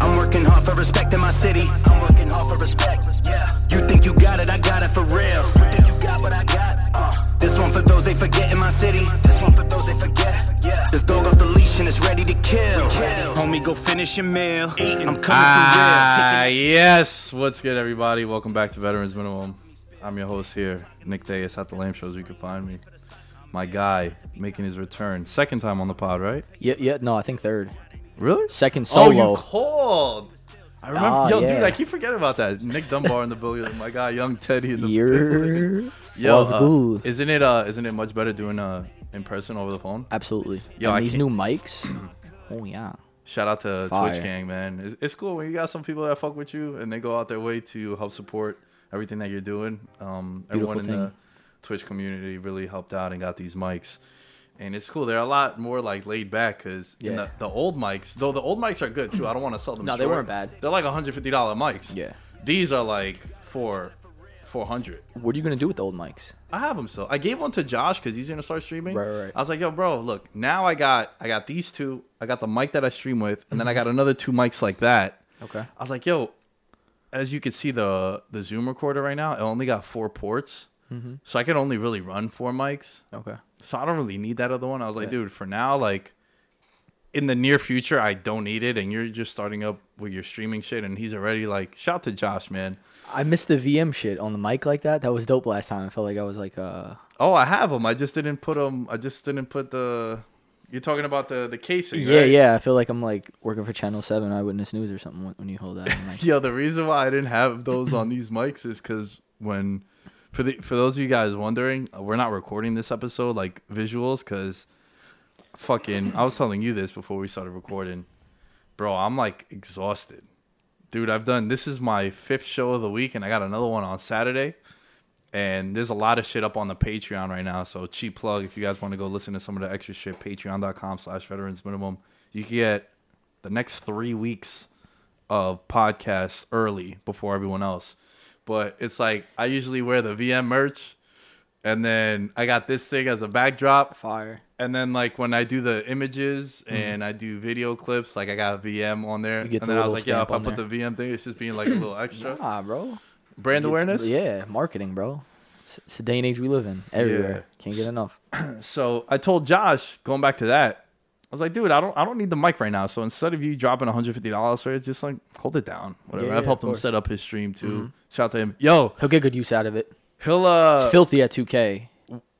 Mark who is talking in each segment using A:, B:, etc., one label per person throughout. A: I'm working hard for respect in my city. I'm working hard for respect. Yeah. You think you got it? I got it for real. You think you got what I got? Uh, this one for those they forget in my city. This one for those they forget. Yeah. This dog off the leash and it's ready to kill. Homie, go finish your meal. I'm coming
B: Ah,
A: for real.
B: yes. What's good, everybody? Welcome back to Veterans Minimum. I'm your host here, Nick Dayus at the Lamb Shows. You can find me. My guy making his return, second time on the pod, right?
C: Yeah, yeah, no, I think third.
B: Really?
C: Second
B: Oh,
C: solo.
B: you called. I remember.
C: Ah,
B: yo, dude,
C: yeah.
B: I keep forgetting about that. Nick Dunbar in the building. My guy, young Teddy in the building.
C: You're
B: Yo,
C: was
B: uh,
C: good.
B: isn't it? Uh, isn't it much better doing uh in person over the phone?
C: absolutely.
B: Yo,
C: and
B: I
C: these
B: can't-
C: new mics. oh yeah.
B: Shout out to
C: Fire.
B: Twitch gang, man. It's, it's cool when you got some people that fuck with you and they go out their way to help support everything that you're doing. Um, everyone in
C: Beautiful
B: the
C: thing.
B: Twitch community really helped out and got these mics. And it's cool. They're a lot more like laid back because in
C: Yeah.
B: the, the old mics, though the old mics are good too. I don't want to sell them.
C: No, they
B: short.
C: weren't bad.
B: They're like $150 mics.
C: Yeah.
B: These are like for 400.
C: What are you gonna do with the old mics?
B: I have them still. I gave one to Josh because he's gonna start streaming.
C: Right, right, right.
B: I was like, yo, bro, look, now I got I got these two. I got the mic that I stream with, and then I got another two mics like that.
C: Mm-hmm. Okay.
B: I was like, yo, as you can see the the Zoom recorder right now, it only got four ports,
C: Mm-hmm.
B: so I can only really run four mics.
C: Okay.
B: So I don't really need that other one. I was like, dude, for now, like in the near future, I don't need it. And you're just starting up with your streaming shit, and he's already like, shout to Josh, man.
C: I missed the VM shit on the mic like that. That was dope last time. I felt like I was like uh
B: Oh, I have them. I just didn't put them. I just didn't put the. You're talking about the the casing.
C: Yeah,
B: right?
C: yeah. I feel like I'm like working for Channel Seven Eyewitness News or something when, when you hold that. on the mic.
B: Yo, the reason why I didn't have those on these mics is because when, for the for those of you guys wondering, uh, we're not recording this episode like visuals because, fucking, I was telling you this before we started recording, bro. I'm like exhausted, dude. I've done this is my fifth show of the week, and I got another one on Saturday. And there's a lot of shit up on the Patreon right now. So cheap plug if you guys want to go listen to some of the extra shit, patreon.com slash veterans minimum. You can get the next three weeks of podcasts early before everyone else. But it's like I usually wear the VM merch and then I got this thing as a backdrop.
C: Fire.
B: And then like when I do the images and I do video clips, like I got VM on there.
C: Mm-hmm. You get
B: and
C: the
B: then I was
C: little
B: like, yeah, if
C: stamp
B: I
C: on
B: put
C: there.
B: the VM thing, it's just being like a little extra.
C: Ah, bro.
B: Brand
C: It's-
B: awareness.
C: yeah, marketing, bro. It's, it's the day and age we live in. Everywhere. Can't get enough.
B: So I told Josh, going back to that, I was like, dude, I don't I don't need the mic right now. So instead of you dropping $150 for it, just like hold it down. Whatever.
C: Yeah,
B: I've
C: yeah,
B: helped
C: of
B: him
C: course. Mm-hmm.
B: set up his stream too. Shout out to him. Yo,
C: He'll get good use out of it.
B: he'll uh
C: It's filthy at 2K.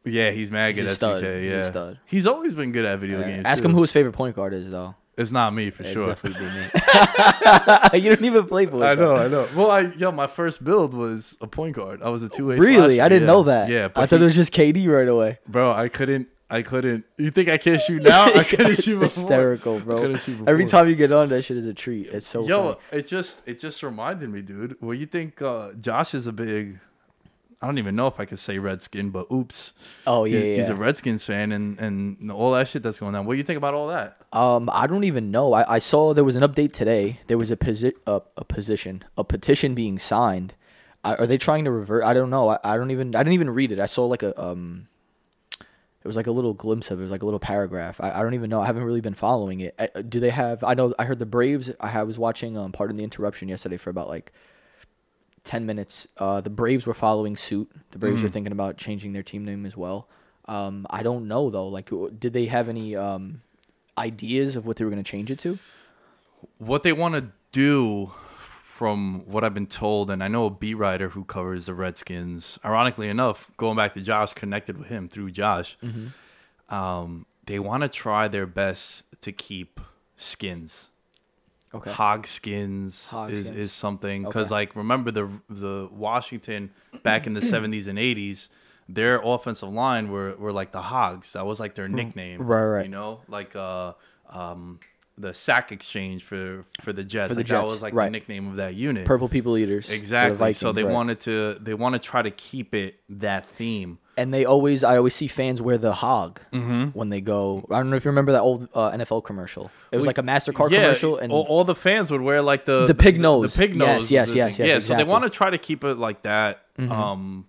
B: Yeah, he's mad
C: He's
B: good
C: a
B: at
C: stud.
B: 2K.
C: He's a
B: Yeah,
C: stud.
B: he's always been good at video
C: Yeah.
B: games.
C: Ask
B: too.
C: him who his favorite point guard is, though.
B: It's not me for
C: It'd
B: sure.
C: definitely be me. you don't even play point
B: I
C: guard.
B: know, I know. Well, I yo, my first build was a point guard. I was a two way.
C: Really, I didn't know that.
B: Yeah, but
C: I thought
B: he-
C: it was just KD right away.
B: bro, I couldn't. I couldn't. You think I can't shoot now? I couldn't
C: It's
B: shoot before.
C: hysterical,
B: I
C: bro.
B: couldn't shoot
C: Every
B: before.
C: time you get on, that shit is a treat. It's so
B: Yo,
C: funny.
B: it just it just reminded me, dude. Well, you think uh, Josh is a big? I don't even know if I could say Redskin, but oops.
C: Oh yeah,
B: he's,
C: yeah.
B: he's a Redskins fan, and and all that shit that's going on. What do you think about all that?
C: Um, I don't even know. I, I saw there was an update today. There was a posi- a, a position, a petition being signed. I, are they trying to revert? I don't know. I, I don't even. I didn't even read it. I saw like a um. It was like a little glimpse of it. It was like a little paragraph. I, I don't even know. I haven't really been following it. I, do they have? I know. I heard the Braves. I ha- was watching um part of the interruption yesterday for about like 10 minutes. Uh, the Braves were following suit. The Braves
B: Hmm.
C: were thinking about changing their team name as well. Um, I don't know though. Like, w- did they have any um, ideas of what they were going to change it to?
B: what they want to do from what I've been told, and I know a beat writer who covers the Redskins, ironically enough, going back to Josh, connected with him through Josh, um, they want to try their best to keep skins.
C: Okay.
B: Hog skins
C: Hog
B: is,
C: skins.
B: is something because
C: Okay.
B: like remember the the Washington back in the 70s and 80s, their offensive line were were like the hogs. That was like their nickname,
C: Hmm. Right, right.
B: You know, like uh, um, the sack exchange for for the Jets.
C: For the
B: like that
C: Jets,
B: was like
C: right.
B: the nickname of that unit.
C: Purple people eaters. for the
B: Exactly. so
C: Vikings,
B: they
C: right.
B: wanted to they want to try to keep it that theme.
C: and they always. I always see fans wear the hog
B: Mm-hmm.
C: when they go. I don't know if you remember that old uh, NFL commercial. It was like a Mastercard commercial, and
B: all, all the fans would wear like the
C: The pig nose.
B: The pig nose.
C: Yes, yes,
B: is the
C: yes,
B: thing.
C: yes,
B: Yeah. So
C: exactly. Mm-hmm.
B: they want to try to keep it like that. Um,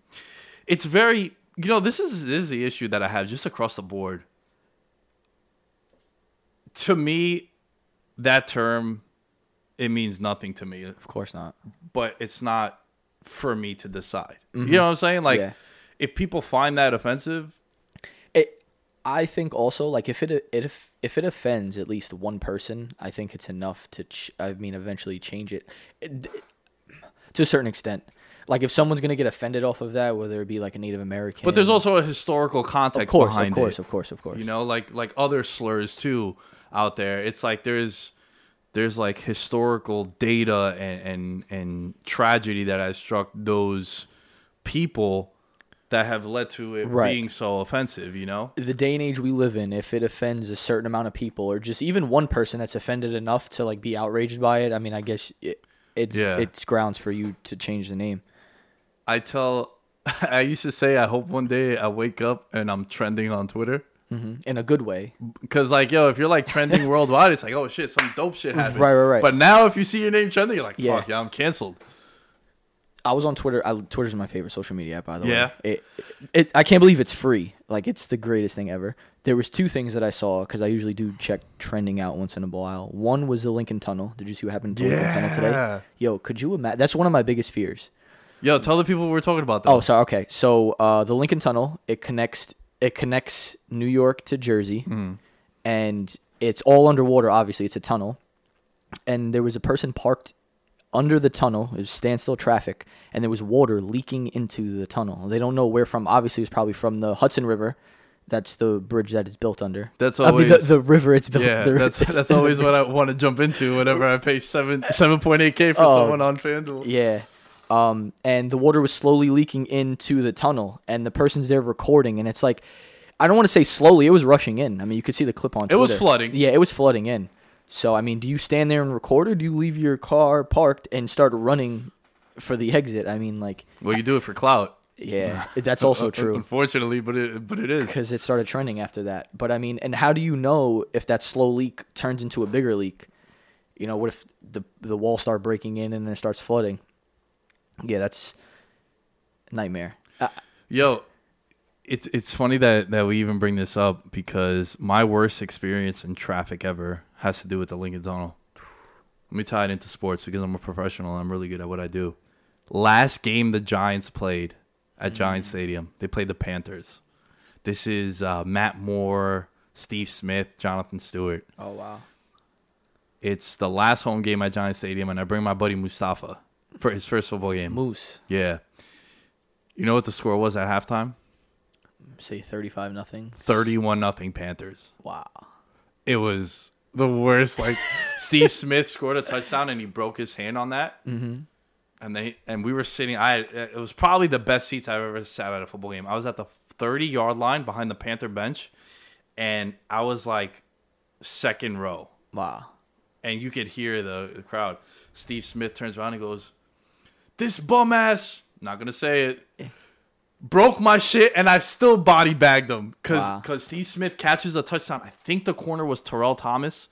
B: it's very you know this is this is the issue that I have just across the board. To me, that term it means nothing to me.
C: of course not.
B: but it's not for me to decide. You know what I'm saying? Like,
C: Mm-hmm. Yeah.
B: if people find that offensive,
C: It. I think also like if it, it if if it offends at least one person, I think it's enough to ch- I mean eventually change it. It- to a certain extent. Like if someone's gonna get offended off of that, whether it be like a Native American,
B: but there's also a historical context
C: of course,
B: behind
C: of course,
B: it.
C: of course, of course.
B: You know, like like other slurs too out there. It's like there's there's like historical data and and and tragedy that has struck those people that have led to it
C: Right.
B: being so offensive. You know,
C: the day and age we live in, if it offends a certain amount of people, or just even one person that's offended enough to like be outraged by it, I mean, I guess it, it's
B: Yeah.
C: it's grounds for you to change the name.
B: I tell. I used to say, I hope one day I wake up and I'm trending on Twitter.
C: in a good way.
B: Cause like yo, if you're like trending worldwide, it's like oh shit, some dope shit happened.
C: Right, right, right.
B: But now if you see your name trending, you're like
C: Yeah.
B: fuck yeah, I'm canceled.
C: I was on Twitter. I, Twitter's my favorite social media app, by the
B: Yeah.
C: way. It, it, I can't believe it's free. Like it's the greatest thing ever. There was two things that I saw because I usually do check trending out once in a while. One was the Lincoln Tunnel. Did you see what happened to the Lincoln Tunnel
B: Yeah.
C: today? Yo, could you imagine? That's one of my biggest fears.
B: Yo, tell the people we're talking about. Though.
C: Oh, sorry. Okay, so uh, the Lincoln Tunnel it connects it connects New York to Jersey,
B: Mm.
C: and it's all underwater. Obviously, it's a tunnel, and there was a person parked under the tunnel. It was standstill traffic, and there was water leaking into the tunnel. They don't know where from. Obviously, it's probably from the Hudson River. That's the bridge that it's built under.
B: That's
C: I mean,
B: always-
C: the, the river it's built.
B: yeah,
C: the-
B: that's that's always what I want to jump into whenever I pay seven seven point eight k for
C: Oh.
B: someone on FanDuel.
C: Yeah. Um, and the water was slowly leaking into the tunnel, and the person's there recording, and it's like, I don't want to say slowly, it was rushing in. I mean, you could see the clip on. Twitter.
B: was flooding.
C: Yeah, it was flooding in. So I mean, do you stand there and record, or do you leave your car parked and start running for the exit? I mean, like,
B: Well, you do it for clout. Uh,
C: yeah, that's also true
B: Unfortunately, but it but it is.
C: because it started trending after that. But I mean, and how do you know if that slow leak turns into a bigger leak? You know, what if the the wall start breaking in and then it starts flooding? Yeah, that's a nightmare. Uh,
B: Yo, it's it's funny that that we even bring this up because my worst experience in traffic ever has to do with the Lincoln Tunnel. Let me tie it into sports because I'm a professional and I'm really good at what I do. Last game the Giants played at Giants Stadium, they played the Panthers. This is uh, Matt Moore, Steve Smith, Jonathan Stewart.
C: oh wow.
B: It's the last home game at Giants Stadium, and I bring my buddy Mustafa for his first football game.
C: Moose.
B: Yeah. You know what the score was at halftime?
C: Say thirty-five nothing.
B: 31 nothing Panthers.
C: Wow.
B: It was the worst. Like Steve Smith scored a touchdown and he broke his hand on that. Mm-hmm. And they and we were sitting. I it was probably the best seats I've ever sat at a football game. I was at the 30 yard line behind the Panther bench, and I was like second row.
C: Wow.
B: and you could hear the, the crowd. Steve Smith turns around and goes, "This bum ass, not gonna say it, broke my shit, and I still body bagged him because
C: Wow.
B: Steve Smith catches a touchdown. I think the corner was Terrell Thomas,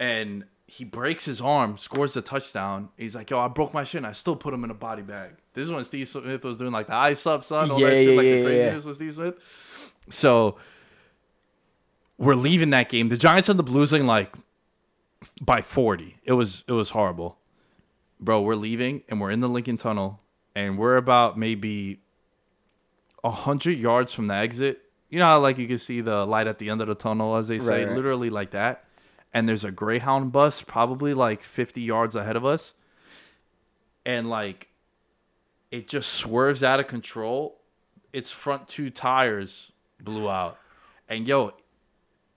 B: and he breaks his arm, scores the touchdown. He's like, "Yo, I broke my shit, and I still put him in a body bag." This is when Steve Smith was doing like the ice up, son, all
C: Yeah,
B: that shit,
C: yeah,
B: like
C: yeah,
B: the craziness with Steve Smith. So we're leaving that game. The Giants and the Blues in like by 40. It was it was horrible. Bro, we're leaving and we're in the Lincoln Tunnel and we're about maybe 100 yards from the exit. You know how like you can see the light at the end of the tunnel as they say,
C: Right, right.
B: literally like that. And there's a Greyhound bus probably like 50 yards ahead of us. And like it just swerves out of control. Its front two tires blew out. And yo,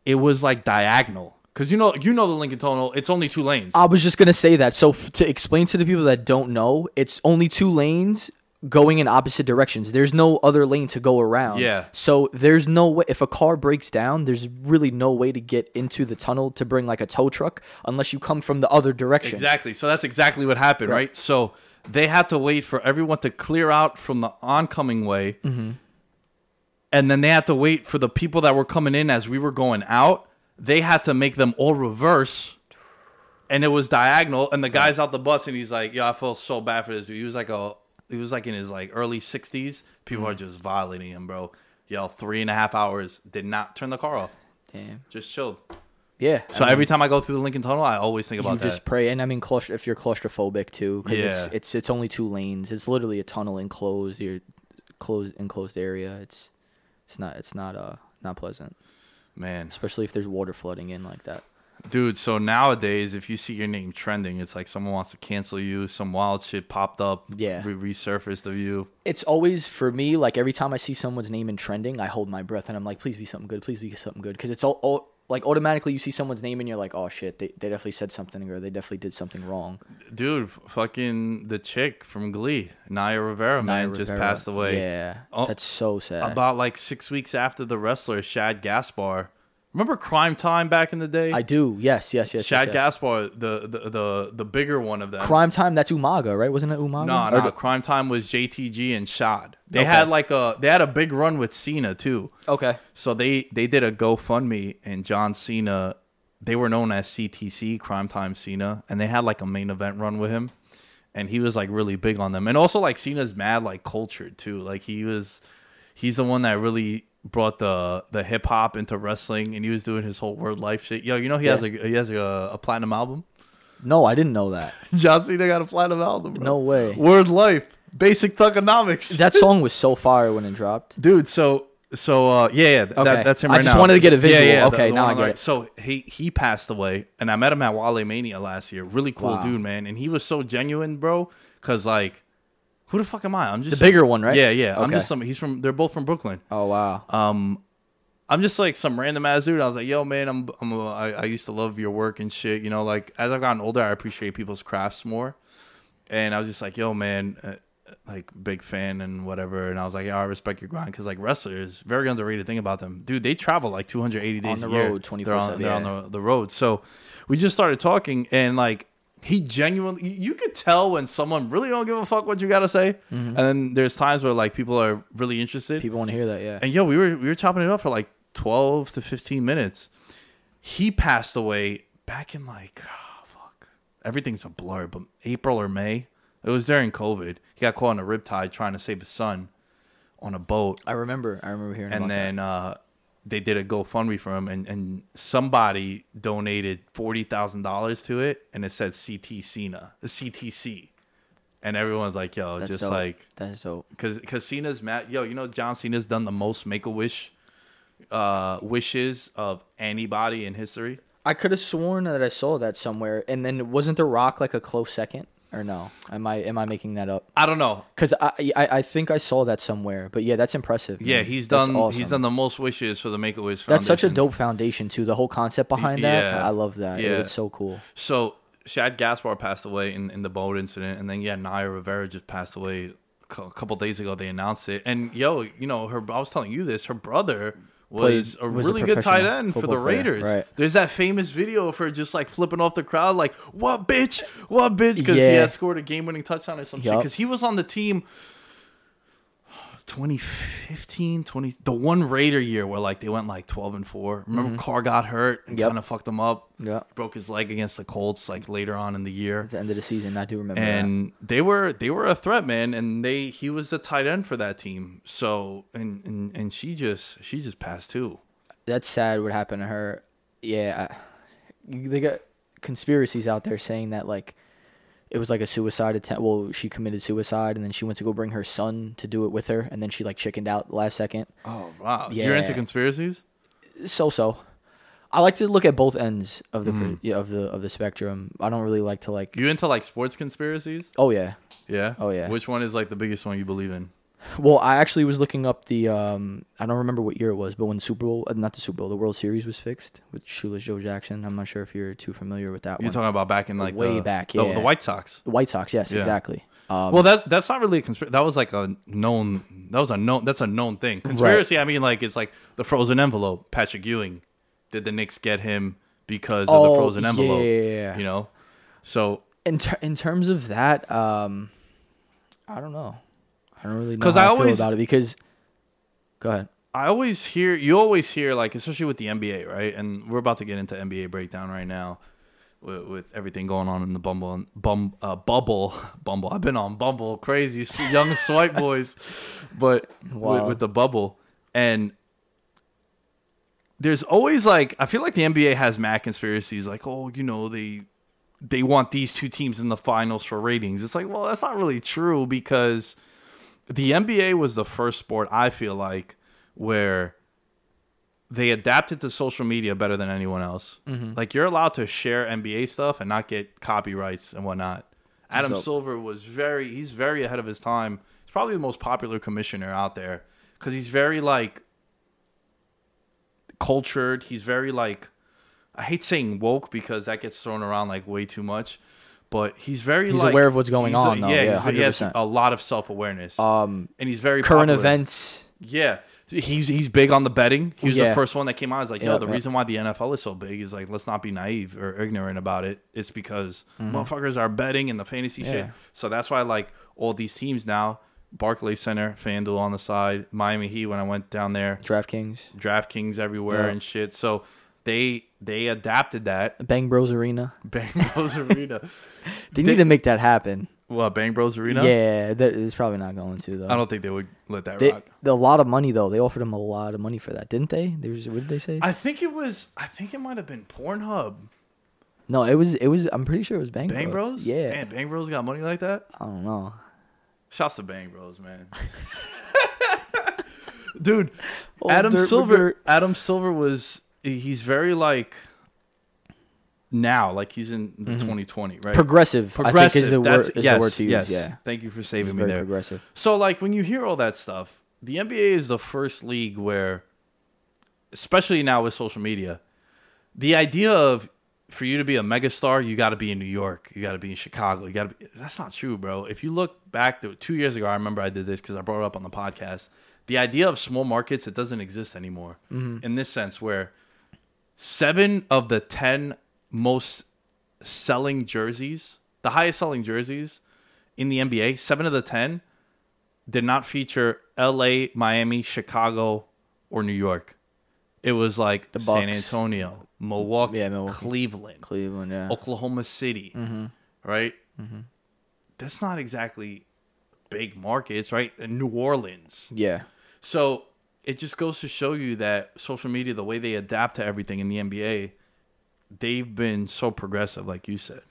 B: it was like diagonal. Cause you know, you know the Lincoln Tunnel. It's only two lanes.
C: I was just gonna say that. So f- to explain to the people that don't know, it's only two lanes going in opposite directions. There's no other lane to go around.
B: Yeah.
C: So there's no way if a car breaks down, there's really no way to get into the tunnel to bring like a tow truck unless you come from the other direction.
B: Exactly. So that's exactly what happened, right? So they had to wait for everyone to clear out from the oncoming way.
C: Mm-hmm.
B: And then they had to wait for the people that were coming in as we were going out. They had to make them all reverse. And it was diagonal. And the guy's out the bus and he's like, Yo, I feel so bad for this dude. He was like a he was like in his like early sixties. People
C: Mm-hmm.
B: are just violating him, bro. Yo, three and a half hours. Did not turn the car off.
C: Damn.
B: Just chilled.
C: Yeah.
B: So every time I go through the Lincoln Tunnel, I always think about
C: you
B: that.
C: just pray, and I mean, claustro- if you're claustrophobic too, because it's
B: Yeah.
C: it's it's only two lanes. It's literally a tunnel enclosed, your closed enclosed area. It's it's not it's not uh not pleasant,
B: Man.
C: especially if there's water flooding in like that.
B: Dude, so nowadays, if you see your name trending, it's like someone wants to cancel you. Some wild shit popped up.
C: Yeah.
B: Re- resurfaced of you.
C: It's always for me like every time I see someone's name in trending, I hold my breath and I'm like, please be something good, please be something good, because it's all, all like automatically you see someone's name and you're like, oh shit, they they definitely said something or they definitely did something wrong.
B: Dude, f- fucking the chick from Glee, Naya Rivera, man,
C: Naya
B: just
C: Rivera.
B: passed away.
C: Yeah,
B: Oh,
C: that's so sad.
B: About like six weeks after the wrestler, Shad Gaspar. Remember Crime Time back in the day?
C: I do. Yes, yes, yes.
B: Shad
C: yes, yes.
B: Gaspar, the, the, the, the bigger one of them.
C: Crime time. That's Umaga, right? Wasn't it Umaga?
B: No,
C: Or
B: no.
C: the-
B: Crime Time was JTG and Shad. They
C: Okay.
B: had like a they had a big run with Cena too.
C: Okay.
B: So they they did a GoFundMe and John Cena. They were known as CTC, Crime Time Cena, and they had like a main event run with him, and he was like really big on them. And also like Cena's mad like cultured too. Like he was, he's the one that really brought the the hip hop into wrestling, and he was doing his whole word life shit. Yo, you know he has a he has a, a platinum album.
C: No, I didn't know that.
B: John Cena got a platinum album. bro.
C: No way.
B: Word life, basic thugonomics.
C: That song was so fire when it dropped.
B: dude. So so uh, yeah, yeah th-
C: Okay.
B: that, that's him.
C: I
B: Right
C: just
B: now.
C: wanted to get a visual.
B: the-
C: Okay,
B: the
C: now
B: one on
C: I get
B: the right.
C: it.
B: So he he passed away, and I met him at Wale Mania last year. Really cool
C: Wow.
B: dude, man. And he was so genuine, bro. Cause like, who the fuck am I? I'm just
C: The
B: some-
C: bigger one, right?
B: Yeah, yeah. I'm
C: Okay.
B: just some. He's from. They're both from Brooklyn.
C: Oh wow.
B: Uh, I'm just like some random ass dude. I was like, yo, man, I'm, I'm a, I, I used to love your work and shit. You know, like as I've gotten older, I appreciate people's crafts more. And I was just like, yo, man, uh, like big fan and whatever. And I was like, yeah, I respect your grind because like wrestlers, very underrated thing about them, dude. They travel like 280 days
C: the
B: a year.
C: road,
B: They're on,
C: 24/7,
B: they're on
C: yeah.
B: the, the road. So we just started talking and like. He genuinely, you you could tell when someone really don't give a fuck what you gotta say,
C: Mm-hmm.
B: and then there's times where like people are really interested.
C: People want to hear that. Yeah.
B: And yo, we were we were chopping it up for like twelve to fifteen minutes. He passed away back in like oh, fuck. Everything's a blur, but April or May. It was during COVID. He got caught in a riptide trying to save his son on a boat.
C: I remember. I remember hearing. about
B: And then uh they did a GoFundMe for him and, and somebody donated forty thousand dollars to it and it said CT Cena. CTC. And everyone's like, yo,
C: that. That's
B: just
C: dope.
B: like
C: that's dope.
B: Cause, cause Cena's mad. Yo, you know John Cena's done the most Make a Wish, uh, wishes of anybody in history.
C: I could have sworn that I saw that somewhere. And then wasn't The Rock like a close second? or no? Am I am I making that up?
B: I don't know.
C: Because I, I I think I saw that somewhere. But yeah, that's impressive.
B: Yeah,
C: man.
B: he's
C: Mm, That's
B: done.
C: awesome.
B: He's done the most wishes for the Make a Wish.
C: That's such a dope foundation too. The whole concept behind that,
B: yeah.
C: I love that.
B: Yeah.
C: Yeah. It's so cool.
B: So Shad Gaspar passed away in, in the boat incident, and then yeah, Naya Rivera just passed away a cou- couple days ago. They announced it, and yo, you know, her. I was telling you this. Her brother was
C: Played-
B: a
C: was a
B: really good tight
C: professional
B: end for the
C: football player,
B: Raiders.
C: right.
B: There's that famous video of her just like flipping off the crowd, like "What bitch? What bitch?" Because he
C: Yeah.
B: had scored a game-winning touchdown or something.
C: Yup.
B: Because he was on the team. 2015 20 the one raider year where like they went like 12 and 4 remember
C: Mm-hmm.
B: carr got hurt and
C: Yep.
B: kind of fucked him up
C: Yeah.
B: broke his leg against the colts like later on in the year
C: At the end of the season, I do remember. that.
B: and they were they were a threat man and they he was the tight end for that team so and and, and she just she just passed too
C: that's sad what happened to her. Yeah, I- they got conspiracies out there saying that like it was like a suicide attempt. Well, she committed suicide and then she went to go bring her son to do it with her, and then she like chickened out last second.
B: oh wow you're into
C: Yeah.
B: conspiracies
C: So so. I like to look at both ends of the
B: Mm.
C: per- yeah, of the of the spectrum. I don't really like to like.
B: you into like sports conspiracies
C: Oh yeah.
B: yeah
C: Oh, yeah.
B: which one is like the biggest one you believe in
C: Well, I actually was looking up the um I don't remember what year it was, but when the Super Bowl, uh, not the Super Bowl, the World Series was fixed with Shoeless Joe Jackson. I'm not sure if you're too familiar with that
B: you're
C: one.
B: talking about back in like
C: Way
B: the,
C: back,
B: the,
C: yeah.
B: the white sox
C: the White Sox, yes,
B: Yeah.
C: exactly. Um,
B: well, that that's not really a conspiracy. That was like a known. That was a known. That's a known thing. Conspiracy. I mean, like it's like the frozen envelope. Patrick Ewing. Did the Knicks get him because of the
C: Oh,
B: frozen envelope?
C: yeah.
B: You know. So
C: in ter- in terms of that, um, I don't know. I don't really know
B: 'Cause
C: how I,
B: I always-
C: feel about it because. Go ahead.
B: I always hear you always hear like especially with the NBA right, and we're about to get into NBA breakdown right now with, with everything going on in the Bumble bum, uh, bubble Bumble. I've been on Bumble crazy s- young swipe boys, but with,
C: Wow.
B: with the bubble and there's always like I feel like the NBA has mad conspiracies like oh you know they they want these two teams in the finals for ratings. It's like well that's not really true because the NBA was the first sport I feel like where they adapted to social media better than anyone else. Like you're allowed to share NBA stuff and not get copyrights and whatnot. Adam
C: So-
B: Silver was very he's very ahead of his time. He's probably the most popular commissioner out there cuz he's very like cultured. He's very like I hate saying woke because that gets thrown around like way too much, but he's very
C: He's
B: like-
C: aware of what's going
B: he's a-
C: on, though. Yeah,
B: he's- he has
C: 100%.
B: a lot of self awareness. Um, and he's very
C: Current
B: popular.
C: events.
B: Yeah, he's he's big on the betting. He was the
C: Yeah.
B: first one that came out. It's like, yo,
C: Yep,
B: the
C: yep.
B: reason why the NFL is so big is like, let's not be naive or ignorant about it. It's because motherfuckers are betting and the fantasy shit.
C: Mm-hmm. Yeah.
B: So that's why like all these teams now, Barclays Center, FanDuel on the side, Miami Heat. When I went down there,
C: DraftKings,
B: DraftKings everywhere
C: Yeah.
B: and shit. So they they adapted that
C: Bang Bros Arena.
B: Bang Bros Arena.
C: They, need to make that happen.
B: What Bang Bros Arena?
C: Yeah, that is probably not going to though.
B: I don't think they would let that
C: They,
B: rock.
C: the- a lot of money though. They offered him a lot of money for that, didn't they? They was, what did they say?
B: I think it was. I think it might have been Pornhub.
C: no, it was it was. I'm pretty sure it was Bang,
B: Bang Bros?
C: Yeah,
B: Damn, Bang Bros got money like that?
C: I don't know.
B: Shouts to Bang Bros, man. Dude,
C: Old
B: Adam
C: dirt with
B: Silver.
C: dirt.
B: Adam Silver was he- he's very like now, like he's in the 2020, right?
C: Mm-hmm. Progressive, I think is the
B: that's-
C: word. Is
B: yes,
C: the word to use.
B: yes.
C: Yeah,
B: Thank you for saving me
C: very
B: there.
C: progressive.
B: So like when you hear all that stuff, the NBA is the first league where especially now with social media, the idea of for you to be a megastar, you got to be in New York, you got to be in Chicago, you got to be. That's not true, bro. If you look back to two years ago, I remember I did this because I brought it up on the podcast. The idea of small markets it doesn't exist anymore
C: Mm-hmm.
B: in this sense, where seven of the ten most selling jerseys, the highest selling jerseys in the NBA, seven of the ten did not feature L.A., Miami, Chicago, or New York. It was like San
C: Bucks.
B: Antonio, Milwaukee,
C: Yeah, Milwaukee.
B: Cleveland,
C: Cleveland.
B: Oh.
C: Mm-hmm. Yeah.
B: Oklahoma City, right?
C: Mm-hmm.
B: That's not exactly big markets, right? And New Orleans.
C: Yeah.
B: So it just goes to show you that social media, the way they adapt to everything in the NBA, they've been so progressive, like you said.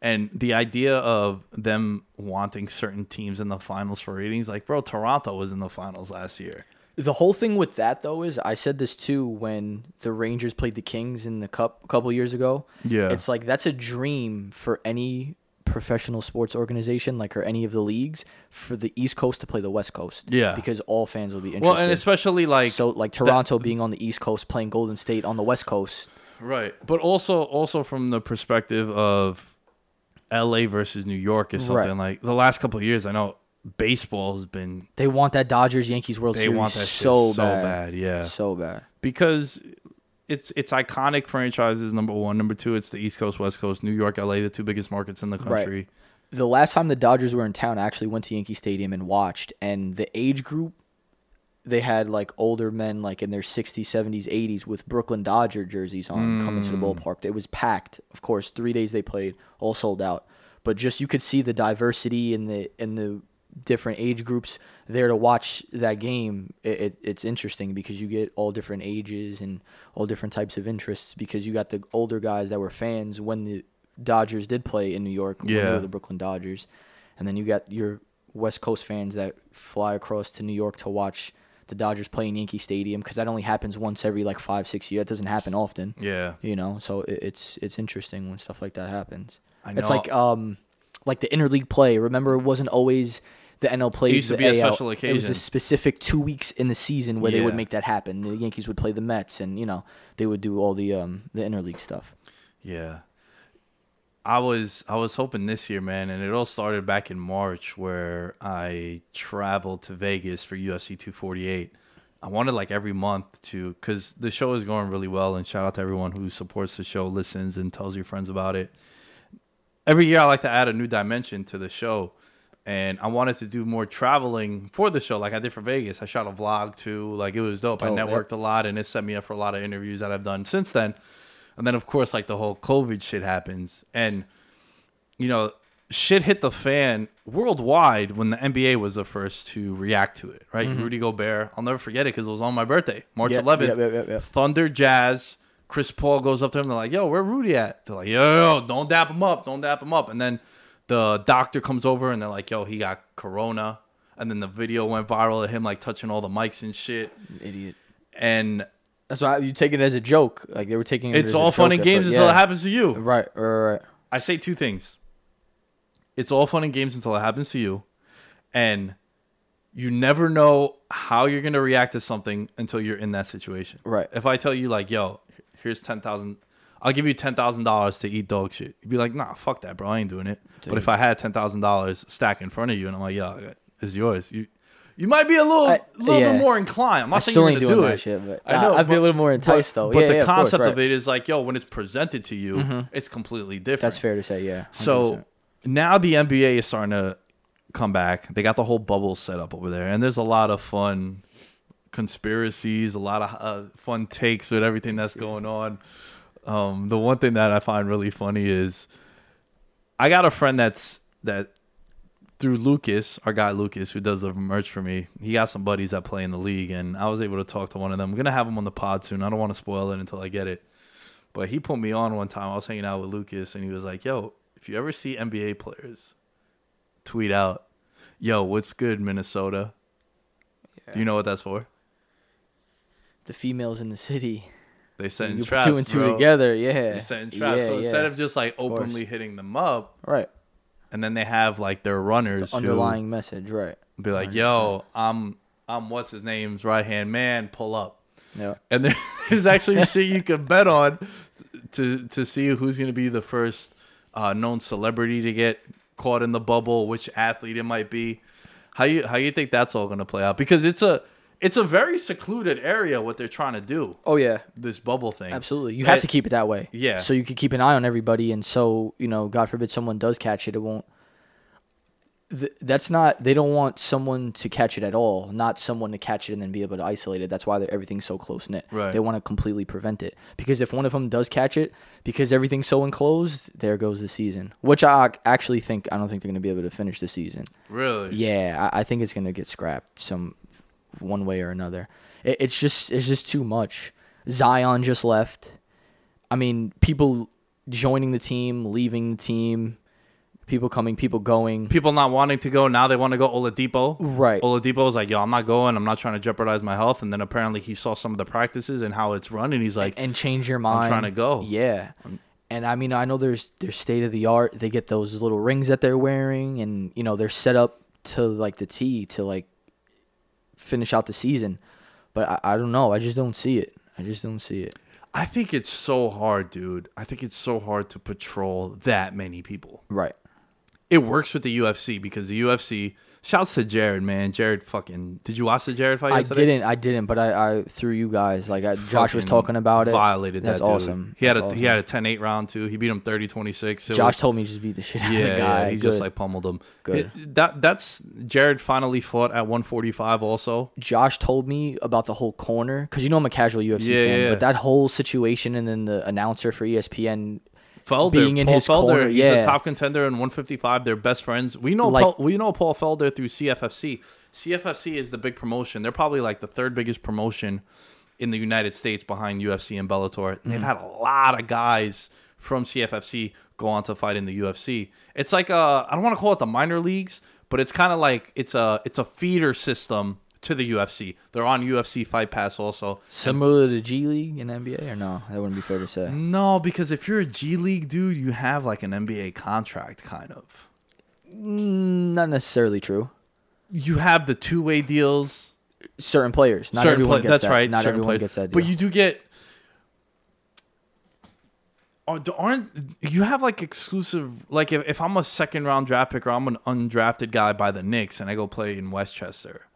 B: And the idea of them wanting certain teams in the finals for ratings, like, bro, Toronto was in the finals last year.
C: The whole thing with that though is I said this too when the Rangers played the Kings in the cup a couple years ago.
B: Yeah.
C: It's like that's a dream for any professional sports organization like or any of the leagues for the East Coast to play the West Coast.
B: Yeah.
C: because all fans will be interested.
B: Well, and especially like
C: so, like Toronto being on the East Coast playing Golden State on the West Coast.
B: right, but also also from the perspective of L.A. versus New York is something
C: Right.
B: like the last couple of years. I know baseball has been
C: They want that Dodgers Yankees World
B: They
C: Series
B: want that shit
C: so,
B: so
C: bad.
B: bad, yeah.
C: so bad.
B: because it's it's iconic franchises. Number one, number two, it's the East Coast, West Coast, New York, L.A. The two biggest markets in the country.
C: Right. The last time the Dodgers were in town, I actually went to Yankee Stadium and watched, and the age group they had like older men like in their 60s, 70s, 80s with Brooklyn Dodger jerseys on coming to the ballpark. It was packed. Of course, 3 days they played, all sold out. But just you could see the diversity and the and the different age groups there to watch that game. It, it, it's interesting because you get all different ages and all different types of interests because you got the older guys that were fans when the Dodgers did play in New York when they
B: Yeah.
C: were the Brooklyn Dodgers, and then you got your West Coast fans that fly across to New York to watch the Dodgers play in Yankee Stadium because that only happens once every like five six years. It doesn't happen often.
B: Yeah.
C: you know, so it, it's it's interesting when stuff like that happens.
B: I
C: It's
B: know.
C: like um, like the interleague play. Remember, it wasn't always. The NL plays
B: used to
C: the
B: be a
C: AL.
B: special
C: It was a
B: occasion.
C: specific two weeks in the season where they would
B: Yeah.
C: make that happen. The Yankees would play the Mets, and you know they would do all the um the interleague stuff.
B: Yeah. I was I was hoping this year, man, and it all started back in March where I traveled to Vegas for UFC 248. I wanted like every month to cuz the show is going really well and shout out to everyone who supports the show, listens and tells your friends about it. Every year I like to add a new dimension to the show and I wanted to do more traveling for the show like I did for Vegas. I shot a vlog too, like it was dope. I
C: Oh, that-
B: networked a lot and it set me up for a lot of interviews that I've done since then. And then of course like the whole COVID shit happens and you know, shit hit the fan worldwide when the NBA was the first to react to it, right? Rudy Gobert, I'll never forget it because it was on my birthday, March
C: Mm-hmm. Yeah,
B: 11th.
C: yeah, yeah, yeah, yeah.
B: Thunder Jazz, Chris Paul goes up to him. They're like, yo, where Rudy at? They're like, yo, yo, don't dap him up. Don't dap him up. And then the doctor comes over and they're like, yo, he got corona. And then the video went viral of him like touching all the mics and shit.
C: Idiot.
B: And
C: That's why you take it as a joke. Like they were taking it.
B: it's
C: as a
B: all fun
C: joke
B: and
C: at
B: games
C: first.
B: until
C: Yeah.
B: it happens to you.
C: Right, right, right.
B: I say two things. It's all fun and games until it happens to you, and you never know how you're gonna react to something until you're in that situation.
C: Right.
B: If I tell you like, "Yo, here's ten thousand, I'll give you ten thousand dollars to eat dog shit," you'd be like, "Nah, fuck that, bro. I ain't doing it." But if I had ten thousand dollars stacked in front of you, and I'm like, "Yo, it's yours," you you might be a little
C: I-
B: little
C: yeah.
B: bit more inclined. I'm not
C: I
B: saying
C: still
B: you're
C: ain't
B: gonna
C: doing
B: do
C: that
B: it.
C: shit, but
B: I
C: nah,
B: know,
C: I'd be a
B: but-
C: little more enticed,
B: but-
C: though.
B: But
C: Yeah,
B: the
C: yeah, of course,
B: concept of,
C: right.
B: it is like, yo, when it's presented to you, it's completely different.
C: Mm-hmm. That's fair to say. Yeah.
B: So
C: 100%.
B: now the NBA is starting to come back. They got the whole bubble set up over there, and there's a lot of fun conspiracies, a lot of uh, fun takes with everything that's going on. Um, the one thing that I find really funny is I got a friend that's that through Lucas, our guy Lucas, who does the merch for me. He got some buddies that play in the league, and I was able to talk to one of them. I'm gonna have him on the pod soon. I don't want to spoil it until I get it. But he put me on one time. I was hanging out with Lucas, and he was like, "Yo, if you ever see NBA players tweet out, yo, what's good, Minnesota? Do you know what that's for?
C: the females in the city,
B: They send
C: you put
B: traps,
C: two and two
B: bro.
C: together. Yeah.
B: They send traps.
C: Yeah,
B: so
C: yeah.
B: instead of just like
C: course.
B: openly hitting them up,
C: right
B: and then they have like their runners
C: underlying message, right?
B: who be like, "Yo, I'm I'm what's his name's right hand man. Pull up."
C: Yeah.
B: and there- there's actually shit you can bet on to to see who's going to be the first uh, known celebrity to get caught in the bubble, which athlete it might be. How you how you think that's all going to play out? Because it's a it's a very secluded area what they're trying to do.
C: Oh yeah.
B: This bubble thing.
C: Absolutely. You have
B: And-
C: to keep it that way.
B: Yeah.
C: So you can keep an eye on everybody. And so, you know, God forbid someone does catch it, it won't. Th- that's not, they don't want someone to catch it at all, not someone to catch it and then be able to isolate it. That's why they're- everything's so close knit.
B: Right.
C: They want to completely prevent it. Because if one of them does catch it, because everything's so enclosed, there goes the season. Which I ac- actually think, I don't think they're going to be able to finish the season.
B: Really?
C: Yeah, I, I think it's gonna get scrapped some one way or another. It, it's just it's just too much. Zion just left. I mean, people joining the team, leaving the team, people coming, people going.
B: People not wanting to go now they want to go Oladipo.
C: Right.
B: Oladipo was like, "Yo, I'm not going. I'm not trying to jeopardize my health." And then apparently he saw some of the practices and how it's run, and he's like,
C: and change your mind
B: trying to go.
C: Yeah, And I mean, I know there's there's state of the art. They get those little rings that they're wearing, and you know they're set up to like the T to like finish out the season. But I, I don't know. I just don't see it. I just don't see it.
B: I think it's so hard, dude. I think it's so hard to patrol that many people.
C: Right.
B: It works with the UFC because the UFC. Shouts to Jared, man. Jared, fucking. Did you watch the Jared fight?
C: I
B: yesterday?
C: didn't. I didn't. But I, I through you guys, like I, Josh was
B: Fucking
C: talking about it.
B: Violated
C: That's
B: that. dude.
C: awesome.
B: He had
C: That's
B: a
C: awesome.
B: he had a 10-8 round too. He beat him 30-26. It
C: Josh
B: was-
C: told me he just beat the shit out
B: yeah,
C: of the guy.
B: yeah, he
C: Good.
B: just like pummeled him.
C: Good.
B: It- that that's Jared finally fought at 145 also.
C: Josh told me about the whole corner because you know I'm a casual UFC
B: Yeah,
C: fan,
B: yeah.
C: but that whole situation and then the announcer for E ESPN
B: Felder,
C: being in
B: Paul
C: his
B: Felder,
C: corner,
B: he's
C: yeah,
B: a top contender in 155. They're best friends. We know
C: Like-
B: Paul, we know Paul Felder through CFFC. CFFC is the big promotion. They're probably like the third biggest promotion in the United States behind UFC and Bellator. And
C: Mm.
B: They've had a lot of guys from CFFC go on to fight in the UFC. It's like I I don't want to call it the minor leagues, but it's kind of like it's a it's a feeder system to the UFC. They're on UFC Fight Pass also.
C: similar to G League and NBA or no? That wouldn't be fair to say.
B: No, because if you're a G League dude, you have like an NBA contract kind of.
C: Not necessarily true.
B: you have the two way deals.
C: Certain players, not
B: certain
C: everyone
B: play-
C: gets
B: that's
C: that.
B: right.
C: Not
B: certain
C: everyone
B: players.
C: gets that.
B: But
C: deal.
B: you do get. Are- do- Aren't you have like exclusive? Like if, if I'm a second round draft pick or I'm an undrafted guy by the Knicks and I go play in Westchester,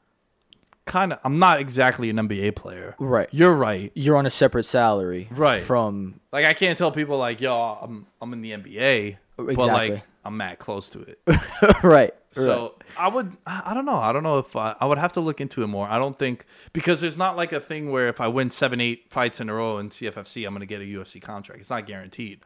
B: kind of I'm not exactly an NBA player.
C: Right.
B: You're right.
C: you're on a separate salary,
B: Right.
C: From
B: Like I can't tell people like yo I'm I'm in the NBA, but like
C: Exactly.
B: I'm that close to it.
C: right. right.
B: So I would, I I don't know. I don't know if I, I would have to look into it more. I don't think because there's not like a thing where if I win seven, eight fights in a row in CFFC, I'm going to get a UFC contract. It's not guaranteed.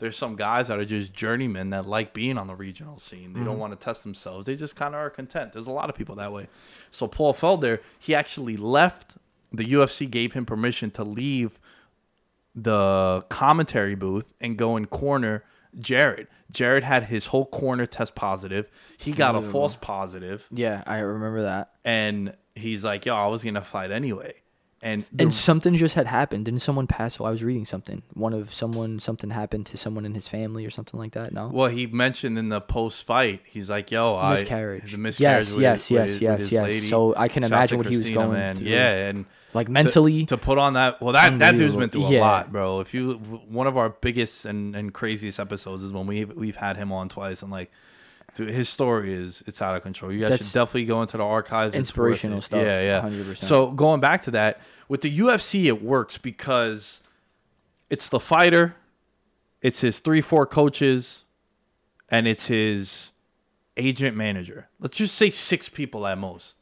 B: There's some guys that are just journeymen that like being on the regional scene. They don't want to test themselves. They just kind of are content. There's a lot of people that way. So Paul Felder, he actually left. The UFC gave him permission to leave the commentary booth and go and corner Jared. Jared had his whole corner test positive. He got a false positive,
C: yeah, I remember that.
B: and he's like, "Yo, I was gonna fight anyway." And, the-
C: And something just had happened. Didn't someone pass? Oh, I was reading something. One of someone something happened to someone in his family or something like that. No.
B: well, he mentioned in the post fight, he's like, "Yo, I
C: Miscarriage.
B: the miscarriage."
C: Yes,
B: with- with-
C: yes, yes,
B: with
C: yes,
B: his
C: yes.
B: lady.
C: So I can
B: Shouts to
C: imagine what he was
B: Christina,
C: going
B: man.
C: through.
B: Yeah, and
C: Like
B: to-
C: mentally,
B: to, put on that. Well, that that dude's been through
C: Unbelievable.
B: a
C: Yeah.
B: lot, bro. If you one of our biggest and, and craziest episodes is when we we've had him on twice, and like, dude, his story is it's out of control. You guys
C: That's-
B: should definitely go into the archives. It's worth
C: Inspirational
B: it.
C: stuff,
B: Yeah, yeah.
C: 100%.
B: So going back to that, with the UFC, it works because it's the fighter, it's his three four coaches, and it's his agent manager. Let's just say six people at most.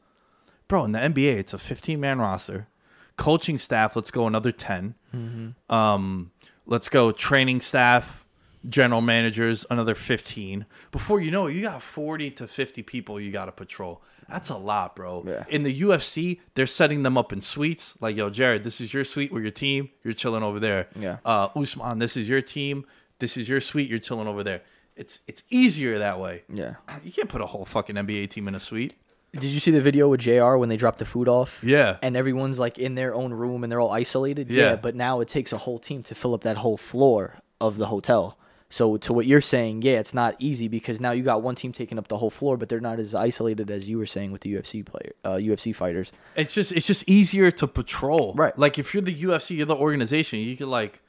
B: Bro, in the NBA, it's a 15 man roster. Coaching staff, let's go another 10.
C: Mm-hmm.
B: Um, let's go training staff, general managers, another 15. Before you know it, you got 40 to 50 people you got to patrol. That's a lot, bro.
C: Yeah.
B: In the UFC, they're setting them up in suites. Like, yo, Jared, this is your suite with your team. You're chilling over there.
C: Yeah.
B: Uh, Usman, this is your team. This is your suite. You're chilling over there. It's it's easier that way.
C: Yeah.
B: Ah, You can't put a whole fucking NBA team in a suite.
C: Did you see the video with JR when they dropped the food off?
B: Yeah.
C: And everyone's like in their own room and they're all isolated?
B: Yeah.
C: But now it takes a whole team to fill up that whole floor of the hotel. So to what you're saying, yeah, it's not easy because now you got one team taking up the whole floor, but they're not as isolated as you were saying with the UFC player, uh, UFC fighters.
B: It's just it's just easier to patrol.
C: Right.
B: Like if you're the UFC, you're the organization, you could like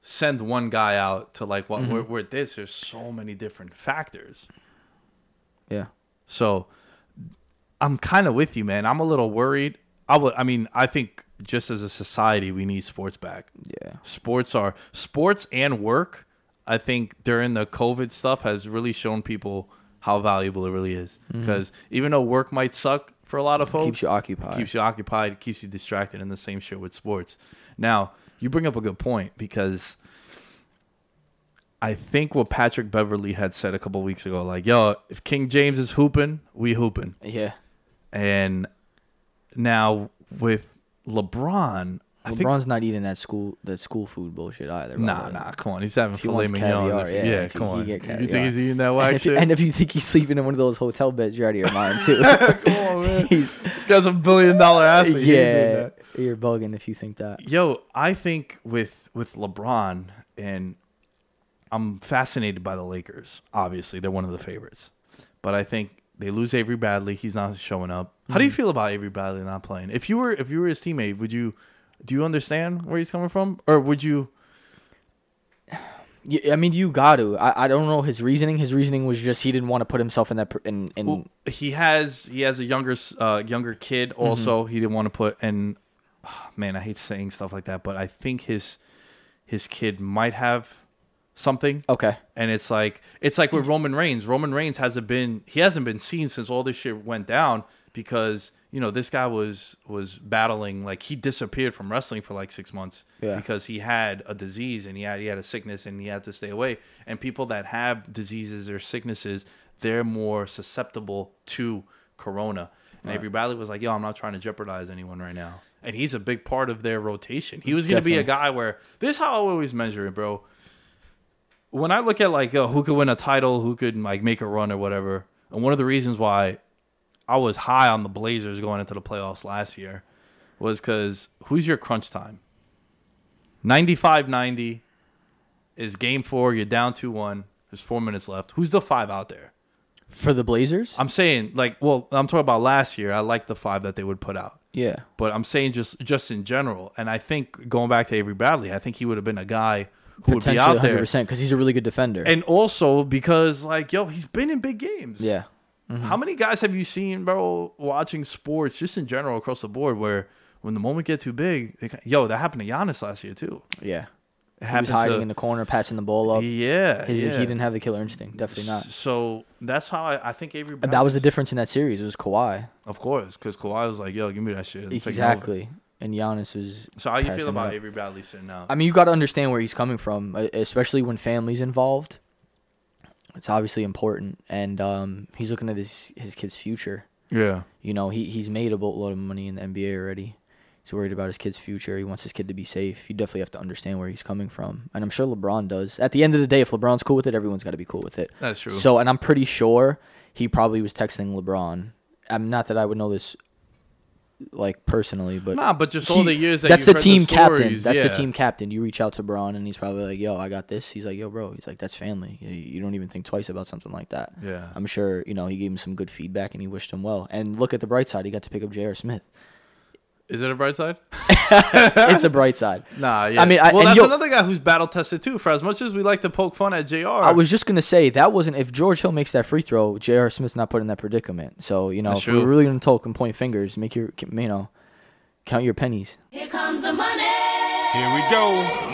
B: send one guy out to like
C: Mm-hmm.
B: what we're, we're this. There's so many different factors.
C: Yeah.
B: So I'm kind of with you, man. I'm a little worried. I would. I mean, I think just as a society, we need sports back.
C: Yeah.
B: Sports are sports and work. I think during the COVID stuff has really shown people how valuable it really is.
C: Mm-hmm.
B: Because even though work might suck for a lot of folks,
C: you occupied.
B: Keeps you occupied. It keeps you distracted. And the same shit with sports. Now you bring up a good point because. I think what Patrick Beverly had said a couple weeks ago, like, yo, if King James is hooping, we hooping.
C: Yeah.
B: And now with LeBron, I think
C: LeBron's not eating that school that school food bullshit either. by the
B: nah,
C: way.
B: nah, come on, he's having
C: If he
B: filet
C: wants
B: mignon.
C: caviar, yeah.
B: yeah,
C: if he
B: come
C: can
B: on.
C: get
B: You
C: caviar.
B: think he's eating that
C: And
B: whack
C: if, you,
B: shit?
C: and if you think he's sleeping in one of those hotel beds, you're out of your mind too.
B: come on, man. That's a billion dollar athlete. He ain't doing
C: yeah,
B: that.
C: you're bugging if you think that.
B: Yo, I think with with LeBron and I'm fascinated by the Lakers. Obviously, they're one of the favorites, but I think they lose Avery Bradley. He's not showing up. How do you feel about Avery Bradley not playing? If you were if you were his teammate, would you do you understand where he's coming from, or would you?
C: Y- I mean, you got to. I, I don't know his reasoning. His reasoning was just he didn't want to put himself in that pr- in in.
B: Well, he has he has a younger s- uh, younger kid. Also, he didn't want to put and ah, man, I hate saying stuff like that, but I think his his kid might have something.
C: okay.
B: And it's like it's like with Roman Reigns. Roman Reigns hasn't been he hasn't been seen since all this shit went down because you know this guy was was battling like he disappeared from wrestling for like six months
C: Yeah.
B: because he had a disease and he had he had a sickness and he had to stay away. And people that have diseases or sicknesses, they're more susceptible to corona. And Avery Bradley was like, "Yo, I'm not trying to jeopardize anyone right now." And he's a big part of their rotation. He was going to be a guy where this is how I always measure it, bro when I look at like uh, who could win a title, who could like make a run or whatever, and one of the reasons why I was high on the Blazers going into the playoffs last year was because who's your crunch time? 95 90 is game four. You're down 2 1. There's four minutes left. Who's the five out there?
C: For the Blazers.
B: I'm saying, like, well, I'm talking about last year. I like the five that they would put out
C: yeah.
B: but I'm saying just just in general. And I think going back to Avery Bradley, I think he would have been a guy who would be
C: Potentially
B: out
C: 100
B: there.
C: percent because he's a really good defender.
B: And also because like yo, he's been in big games.
C: yeah.
B: How many guys have you seen, bro, watching sports just in general across the board where when the moment get too big, they, ca- yo, that happened to Giannis last year too.
C: Yeah.
B: It
C: He was
B: happened
C: hiding
B: to
C: in the corner, passing the ball up.
B: yeah,
C: His,
B: yeah.
C: He didn't have the killer instinct. Definitely not.
B: So that's how I, I think Avery.
C: And that was the
B: Bradley's-
C: difference in that series. It was Kawhi.
B: of course, because Kawhi was like, "Yo, give me that shit." and taking over.
C: Exactly. And Giannis was.
B: So how you
C: passing
B: feel
C: it
B: about
C: up.
B: Avery Bradley sitting out?
C: I mean, you got to understand where he's coming from, e- especially when family's involved. It's obviously important, and um, he's looking at his his kid's future.
B: yeah,
C: You know, he he's made a boatload of money in the NBA already. He's worried about his kid's future. He wants his kid to be safe. You definitely have to understand where he's coming from, and I'm sure LeBron does. At the end of the day, if LeBron's cool with it, everyone's got to be cool with it.
B: That's true.
C: So, and I'm pretty sure he probably was texting LeBron. I'm not that I would know this, like personally, but
B: Nah, but just
C: he-
B: all the years that
C: that's
B: you've
C: the
B: heard
C: team
B: the
C: captain.
B: stories,
C: That's the
B: yeah.
C: team captain. You reach out to Braun, and he's probably like, "Yo, I got this." He's like, "Yo, bro." He's like, "That's family. You, you don't even think twice about something like that."
B: Yeah.
C: I'm sure you know he gave him some good feedback, and he wished him well. And look at the bright side; he got to pick up J.R. Smith.
B: is it a bright side?
C: it's a bright side.
B: Nah, yeah.
C: I mean, I,
B: well,
C: and
B: that's
C: yo,
B: another guy who's battle tested too. For as much as we like to poke fun at Jr.,
C: I was just gonna say that wasn't if George Hill makes that free throw, J.R. Smith's not put in that predicament. So you know,
B: That's
C: if we're
B: true.
C: really gonna talk and point fingers, make your you know, count your pennies.
D: Here comes the money.
E: Here we go.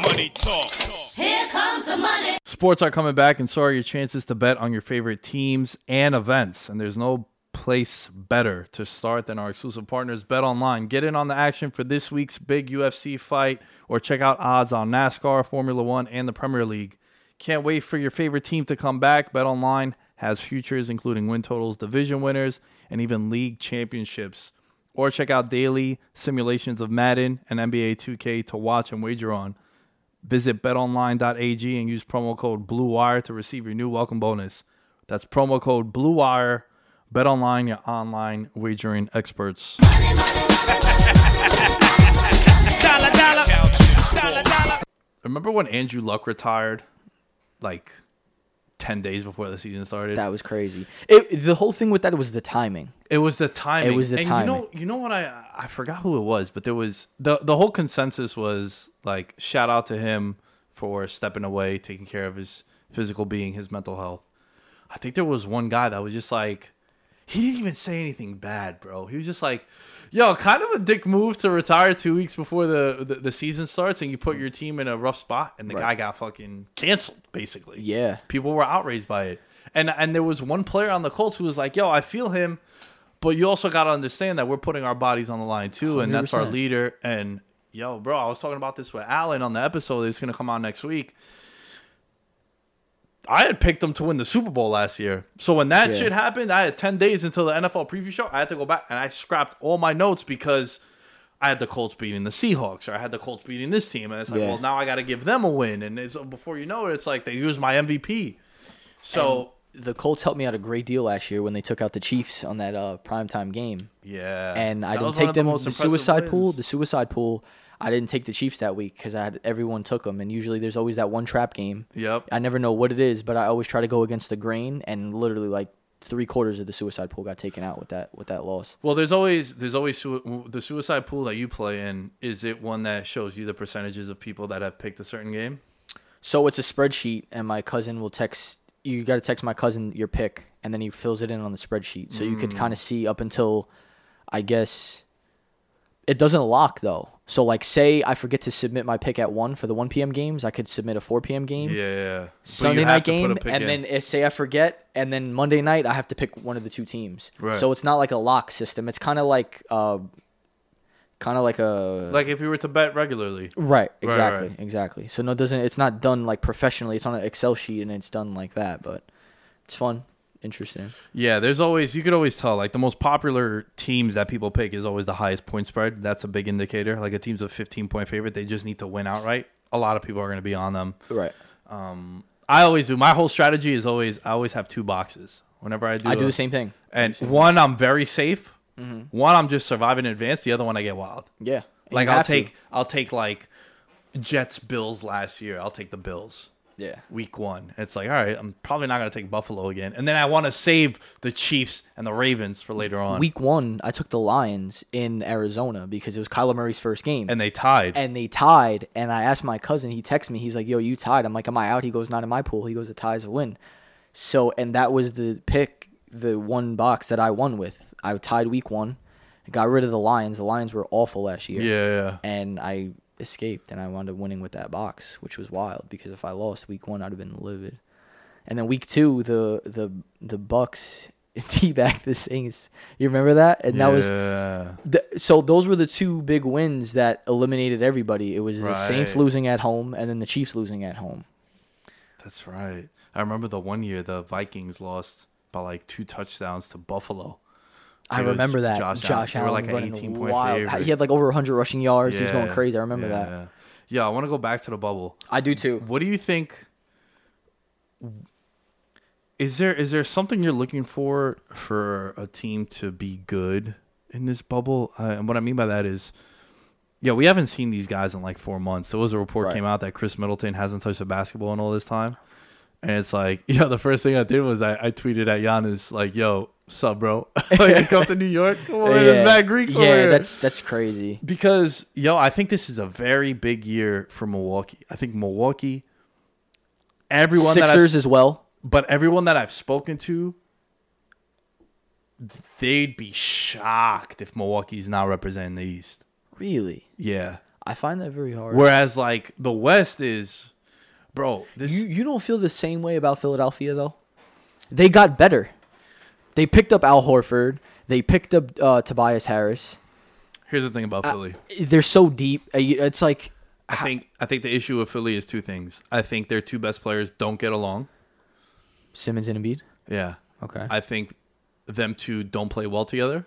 E: Money talk.
D: Here comes the money.
B: sports are coming back, and so are your chances to bet on your favorite teams and events. And there's no place better to start than our exclusive partners, Bet Online. Get in on the action for this week's big UFC fight, or check out odds on NASCAR, Formula One, and the Premier League. Can't wait for your favorite team to come back. Bet Online has futures, including win totals, division winners, and even league championships. Or check out daily simulations of Madden and NBA 2K to watch and wager on. Visit betonline.ag and use promo code BLUEWIRE to receive your new welcome bonus. That's promo code BLUEWIRE. BetOnline, your online wagering experts.
E: Dollar, dollar. Dollar, dollar.
B: Remember when Andrew Luck retired like 10 days before the season started?
C: That was crazy. It, the whole thing with that was the timing.
B: It was the timing.
C: It was the
B: and You know,
C: timing.
B: you know what I I forgot who it was, but there was the the whole consensus was like shout out to him for stepping away, taking care of his physical being, his mental health. I think there was one guy that was just like he didn't even say anything bad, bro. He was just like, "Yo, kind of a dick move to retire two weeks before the the, the season starts, and you put your team in a rough spot." And the guy got fucking canceled, basically.
C: Yeah.
B: people were outraged by it, and and there was one player on the Colts who was like, "Yo, I feel him." But you also got to understand that we're putting our bodies on the line too, and that's our
C: 100%.
B: leader. And yo, bro, I was talking about this with Alan on the episode that's gonna come out next week. I had picked them to win the Super Bowl last year, so when that
C: Yeah.
B: shit happened, I had ten days until the NFL preview show. I had to go back and I scrapped all my notes because I had the Colts beating the Seahawks, or I had the Colts beating this team, and it's like,
C: Yeah.
B: well, now I got to give them a win, and it's, before you know it, it's like they used my MVP. So
C: The Colts helped me out a great deal last year when they took out the Chiefs on that uh, primetime game.
B: yeah,
C: and
B: that
C: I
B: was
C: didn't
B: one
C: take
B: of the
C: them
B: most
C: the
B: impressive
C: suicide pool.
B: wins.
C: The suicide pool. I didn't take the Chiefs that week because I had everyone took them, and usually there's always that one trap game.
B: Yep.
C: I never know what it is, but I always try to go against the grain, and literally like three quarters of the suicide pool got taken out with that with that loss.
B: Well, there's always there's always sui- the suicide pool that you play in. Is it one that shows you the percentages of people that have picked a certain game?
C: So it's a spreadsheet, and my cousin will text. You got to text my cousin your pick, and then he fills it in on the spreadsheet, so you
B: Mm.
C: could kind of see up until, I guess, it doesn't lock though. So like, say I forget to submit my pick at one for the one p.m. games, I could submit a four p.m. game,
B: Yeah, Yeah. But you
C: Mm-hmm. Sunday
B: have
C: night
B: to put a
C: game,
B: pick
C: and
B: in.
C: then if, say I forget, and then Monday night I have to pick one of the two teams.
B: Right.
C: So it's not like a lock system. It's kind of like, uh, kind of like a
B: like if you were to bet regularly,
C: Right,
B: Right,
C: exactly,
B: right.
C: exactly. So no, it doesn't it's not done like professionally. It's on an Excel sheet and it's done like that, but it's fun, interesting.
B: yeah. There's always you could always tell like the most popular teams that people pick is always the highest point spread. That's a big indicator. Like a team's a 15 point favorite, they just need to win outright. A lot of people are going to be on them.
C: Right.
B: I always do. My whole strategy is always I always have two boxes. Whenever I do,
C: I do
B: a-
C: the same thing.
B: And one, I'm very safe. One, I'm just surviving in advance. The other one, I get wild.
C: Yeah. And
B: like
C: Mm-hmm. you
B: I'll
C: have to.
B: take I'll take like Jets Bills last year. I'll take the Bills
C: Yeah.
B: week one. It's like all right, I'm probably not gonna take Buffalo again, and then I want to save the Chiefs and the Ravens for later on.
C: Week 1, I took the Lions in Arizona because it was Kyler Murray's first game.
B: and they tied.
C: and they tied. And I asked my cousin. He texts me. He's like, "Yo, you tied." I'm like, "Am I out?" He goes, "Not in my pool." He goes, "A tie is a win." So, and that was the pick, the one box that I won with. I tied week one, got rid of the Lions. The Lions were awful last year.
B: Yeah.
C: and I escaped, and I wound up winning with that box, which was wild because if I lost week one, I'd have been livid. And then week two, the the the Bucks teabagged the Saints. You remember that? And that was
B: Yeah.
C: th- so those were the two big wins that eliminated everybody. It was the Saints
B: Right.
C: losing at home and then the Chiefs losing at home.
B: that's right. I remember the one year the Vikings lost by like two touchdowns to Buffalo.
C: I
B: It was
C: remember that
B: Josh Allen.
C: Josh,
B: They were
C: Allen
B: like an
C: running
B: 18-point
C: wild.
B: favorite.
C: He had like over 100 rushing yards. He was going crazy. I remember that.
B: yeah. Yeah, I want to go back to the bubble.
C: I do too.
B: What do you think? Is there is there something you're looking for for a team to be good in this bubble? Uh, and what I mean by that is, yeah, we haven't seen these guys in like four months. There was a report
C: Right.
B: came out that Chris Middleton hasn't touched a basketball in all this time, and it's like, yeah, the first thing I did was I, I tweeted at Giannis like, "Yo, sub, bro, like you come to New York, come on, there's mad Greeks over
C: Yeah,
B: here."
C: that's that's crazy.
B: because yo, I think this is a very big year for Milwaukee. I think Milwaukee, everyone that I've,
C: Sixers as well.
B: but everyone that I've spoken to, they'd be shocked if Milwaukee's not representing the East.
C: Really,
B: Yeah.
C: I find that very hard.
B: Whereas like the West is, bro. This
C: you you don't feel the same way about Philadelphia though. They got better. They picked up Al Horford. They picked up uh, Tobias Harris.
B: here's the thing about Philly.
C: They're so deep. Uh, you- It's like
B: I think I think the issue with Philly is two things. I think their two best players don't get along.
C: Simmons and Embiid.
B: Yeah.
C: Okay.
B: I think them two don't play well together.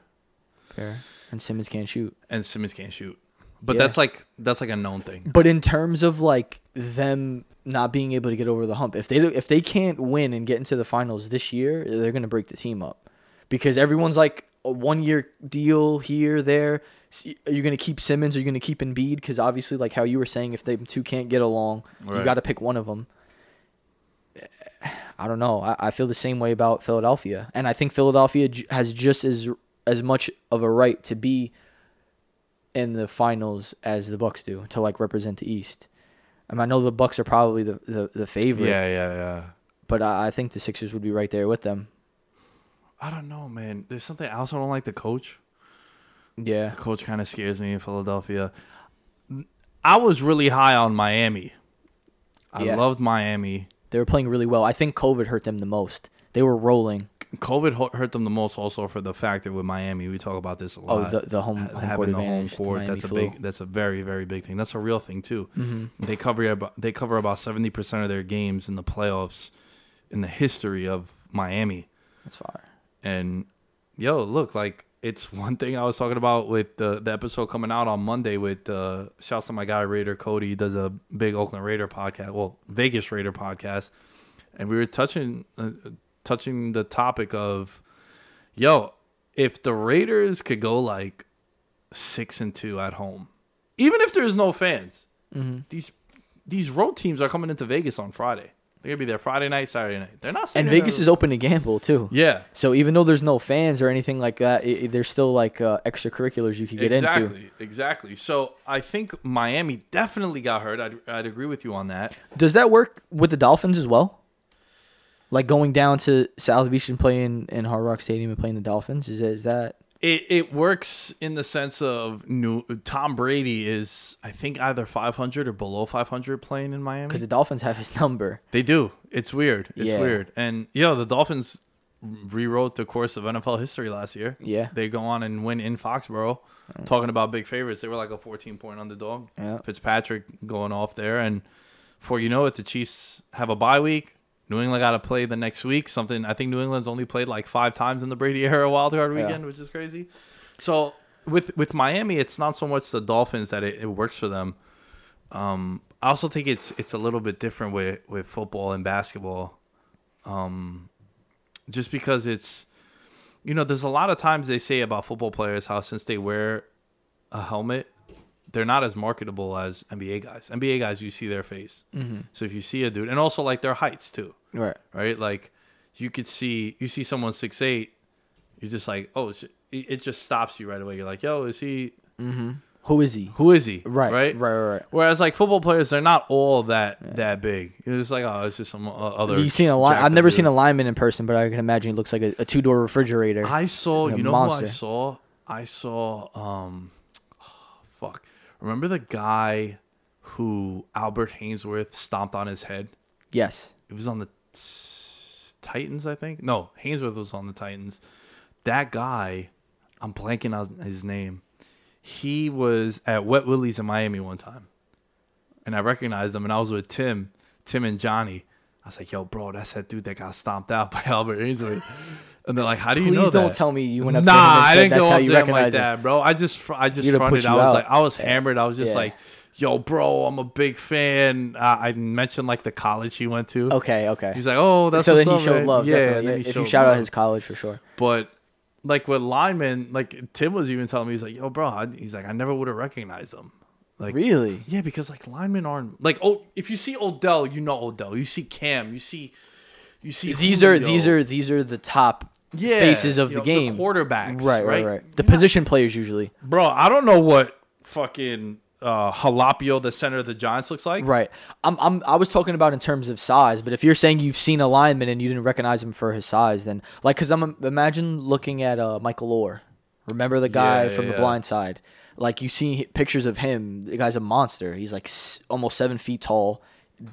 C: Fair. And Simmons can't shoot.
B: and Simmons can't shoot. But
C: Yeah.
B: that's like that's like a known thing.
C: But in terms of like them not being able to get over the hump, if they do- if they can't win and get into the finals this year, they're gonna break the team up because everyone's like a one year deal here there. S- Are you gonna keep Simmons? Are you gonna keep Embiid? Because obviously, like how you were saying, if they two can't get along,
B: Right.
C: you got to pick one of them. I don't know. I, I feel the same way about Philadelphia, and I think Philadelphia j- has just as as much of a right to be in the finals as the Bucks do to like represent the East. And I know the Bucks are probably the the, the favorite,
B: yeah, yeah.
C: but I, I think the Sixers would be right there with them.
B: I don't know, man. There's something I also don't like the coach.
C: Yeah,
B: The coach kind of scares me in Philadelphia. I was really high on Miami. I
C: Yeah.
B: loved Miami.
C: they were playing really well. I think COVID hurt them the most. They were rolling.
B: COVID hu- hurt them the most, also for the factor with Miami. We talk about this a
C: Oh,
B: lot.
C: the- the home-
B: Ha-
C: home court advantage, the Miami
B: That's a
C: flu.
B: big. That's a very very big thing. That's a real thing too.
C: Mm-hmm.
B: They cover about they cover about seventy percent of their games in the playoffs, in the history of Miami.
C: That's fire.
B: and yo look like it's one thing i was talking about with the, the episode coming out on monday with uh shouts to my guy raider cody he does a big oakland raider podcast well vegas raider podcast and we were touching uh, touching the topic of yo if the raiders could go like six and two at home even if there's no fans,
C: Mm-hmm.
B: these these road teams are coming into Vegas on Friday. They're gonna be there Friday night, Saturday night. They're not.
C: and Vegas is open to gamble too.
B: Yeah.
C: So even though there's no fans or anything like that, i i- there's still like uh, extracurriculars you could get
B: exactly,
C: into.
B: Exactly. So I think Miami definitely got hurt. I'd, I'd agree with you on that.
C: Does that work with the Dolphins as well? Like going down to South Beach and playing in Hard Rock Stadium and playing the Dolphins is is that
B: It, it works in the sense of new, Tom Brady is I think either 500 or below 500 playing in Miami.
C: because the Dolphins have his number?
B: They do. It's weird. It's
C: Yeah.
B: weird. And yo, the Dolphins rewrote the course of NFL history last year.
C: Yeah. Mm.
B: They go on and win in Foxborough. Talking about big favorites, they were like a 14 point underdog.
C: Yeah.
B: Fitzpatrick going off there. And before you know it, the Chiefs have a bye week. New England got to play the next week. Something I think New England's only played like five times in the Brady era wild card weekend, which is crazy. So with with Miami, it's not so much the Dolphins that it, it works for them. Um, I also think it's it's a little bit different with with football and basketball, um, just because it's you know there's a lot of times they say about football players how since they wear a helmet they're not as marketable as NBA guys. NBA guys you see their face,
C: Mm-hmm.
B: so if you see a dude and also like their heights too,
C: Right.
B: right? Like you could see you see someone six eight, you're just like oh shit. It it just stops you right away. You're like, yo, is he
C: Who is he?
B: who is he?
C: Right,
B: right,
C: right, right, right.
B: Whereas like football players, they're not all that that big. It's just like oh, it's just some uh, other.
C: You've seen a line.
B: jacked up
C: I've never
B: dude.
C: seen a lineman in person, but I can imagine he looks like a, a two door refrigerator.
B: I saw.
C: He's a
B: You know who
C: monster.
B: I saw? I saw. Um, fuck. Remember the guy who Albert Hainsworth stomped on his head?
C: yes.
B: It was on the t- Titans, I think. No, Hainsworth was on the Titans. That guy, I'm blanking on his name. He was at Wet Willie's in Miami one time, and I recognized him. And I was with Tim, Tim and Johnny. I was like, "Yo, bro, that's that dude that got stomped out by Albert Hainsworth." And they're like, "How do you
C: Please
B: know that?"
C: don't tell me you went up to
B: nah,
C: him and
B: I
C: said
B: didn't
C: that's
B: go
C: how
B: up
C: you
B: to him like
C: recognize him.
B: that, bro. I just, fr- I just
C: You'd have
B: fronted.
C: put
B: I
C: you
B: was
C: out.
B: like, I was hammered. I was just
C: Yeah.
B: like, "Yo, bro, I'm a big fan." Uh, I, I mentioned like the college he went to.
C: Okay. Okay.
B: He's like, oh, that's
C: so
B: what's
C: then he
B: up,
C: showed
B: man."
C: love.
B: Yeah,
C: definitely.
B: and then he
C: if you
B: showed
C: shout
B: love.
C: out his college for sure.
B: but like with linemen, like Tim was even telling me, he's like, yo, bro, I, he's like, I never would have recognized him. Like
C: Really?
B: yeah, because like linemen aren't like oh, if you see Odell, you know Odell. You see Cam, you see, you see
C: These are
B: Julio.
C: these are these are the top
B: Yeah,
C: faces of
B: you
C: the
B: know, the
C: game.
B: quarterbacks,
C: Right.
B: right?
C: Right. Right. The position players usually.
B: bro. I don't know what fucking uh Jalapio, the center of the Giants, looks like.
C: Right. I'm, I'm, I was talking about in terms of size, but if you're saying you've seen a lineman and you didn't recognize him for his size, then like, cause I'm imagine looking at uh, Michael Orr. Remember the guy
B: Yeah,
C: from The
B: yeah.
C: Blind Side? Like you see hi- pictures of him. The guy's a monster. He's like s- almost seven feet tall,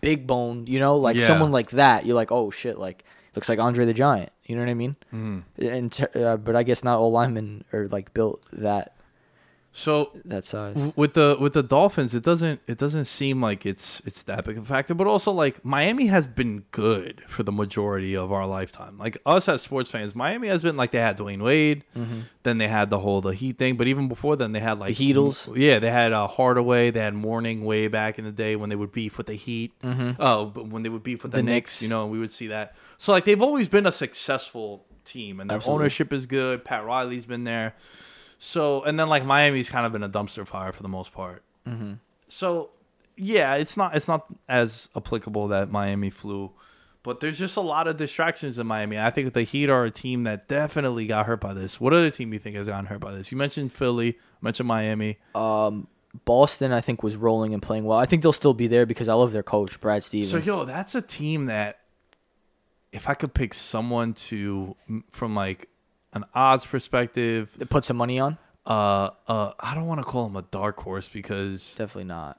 C: big bone. You know, like
B: Yeah.
C: someone like that. You're like, oh shit, like looks like Andre the Giant. You know what I mean? Mm.
B: Mm-hmm.
C: And t- uh, but I guess not all linemen are like built that
B: So
C: that size.
B: w- with the with the Dolphins, it doesn't it doesn't seem like it's it's that big of a factor. But also like Miami has been good for the majority of our lifetime. Like us as sports fans, Miami has been like they had Dwayne Wade, then they had the whole the Heat thing. But even before then, they had like
C: Mm-hmm. The Heatles.
B: Yeah, they had uh, Hardaway. They had Morning way back in the day when they would beef with the Heat. Oh, but when they would beef with the,
C: The
B: Knicks,
C: Knicks.
B: you know, and we would see that. So like they've always been a successful team, and their ownership is good. Pat Riley's been there. So and then like Miami's kind of been a dumpster fire for the most part. Mm-hmm. So yeah, it's not it's not as applicable that Miami flew, but there's just a lot of distractions in Miami. I think the Heat are a team that definitely got hurt by this. What other team you think has gotten hurt by this? You mentioned Philly, mentioned Miami.
C: Boston, I think, was rolling and playing well. I think they'll still be there because I love their coach, Brad Stevens.
B: So yo, that's a team that if I could pick someone to from like an odds perspective,
C: They put some money on?
B: uh, uh, I don't want to call them a dark horse because
C: Definitely not.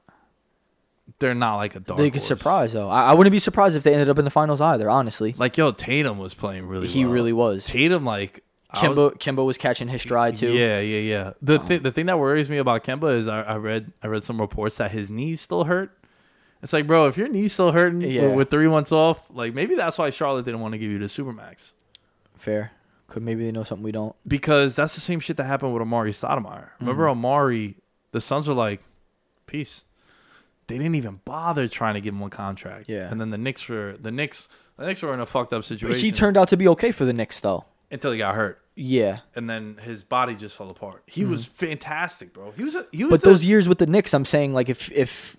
B: they're not like a dark.
C: they
B: horse.
C: could surprise though. I, I wouldn't be surprised if they ended up in the finals either. Honestly,
B: Like yo, Tatum was playing really.
C: He
B: well.
C: really was.
B: Tatum like I was-
C: Kimbo Kimbo was catching his stride too.
B: Yeah, yeah, yeah. The thi- the thing that worries me about Kemba is I, I read I read some reports that his knees still hurt. It's like, bro, if your knee's still hurting w-
C: Yeah.
B: with three months off, like maybe that's why Charlotte didn't want to give you the supermax
C: fair. Could maybe they know something we don't.
B: because that's the same shit that happened with Amari Stoudemire. Remember
C: Mm-hmm.
B: Amari? The Suns were like, peace. They didn't even bother trying to give him a contract.
C: Yeah.
B: and then the Knicks were the Knicks. The Knicks were in a fucked up situation.
C: He turned out to be okay for the Knicks though.
B: until he got hurt,
C: Yeah.
B: and then his body just fell apart. He was fantastic, bro. He was a, he was.
C: Mm-hmm. But
B: the-
C: those years with the Knicks, I'm saying like if if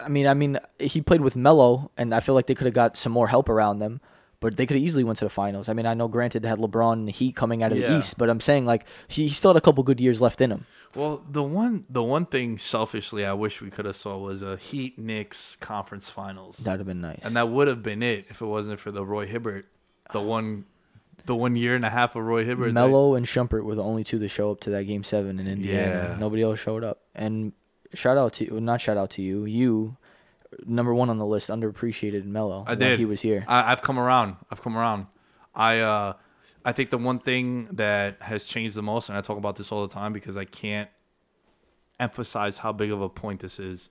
C: I mean I mean he played with Melo, and I feel like they could have got some more help around them, but they could have easily went to the finals. I mean I know granted they had LeBron and the Heat coming out of
B: Yeah.
C: the East, but I'm saying like he, he still had a couple good years left in him.
B: well, the one the one thing selfishly I wish we could have saw was a Heat Knicks conference finals,
C: That'd have been nice.
B: and that would have been it if it wasn't for the Roy Hibbert, the one, the one year and a half of Roy Hibbert. that-
C: Ah. Melo and Shumpert were the only two to show up to that game seven in Indiana.
B: Yeah.
C: Nobody else showed up. And shout out to well, not shout out to you, you number one on the list, underappreciated Melo.
B: I
C: when
B: did.
C: He was here.
B: I, I've come around. I've come around. I uh, I think the one thing that has changed the most, and I talk about this all the time because I can't emphasize how big of a point this is.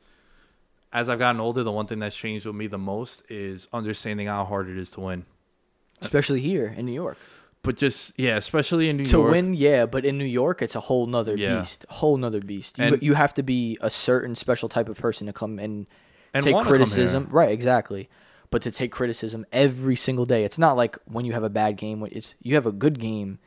B: As I've gotten older, the one thing that's changed with me the most is understanding how hard it is to win.
C: Especially here in New York.
B: But just yeah, especially in New
C: to
B: York.
C: win, yeah, but in New York, it's a whole nother
B: Yeah.
C: beast. Whole nother beast. You,
B: And-
C: you have to be a certain special type of person to come and,
B: And
C: take
B: wanna come here.
C: criticism. Right, exactly. But to take criticism every single day, it's not like when you have a bad game. when It's you have a good game,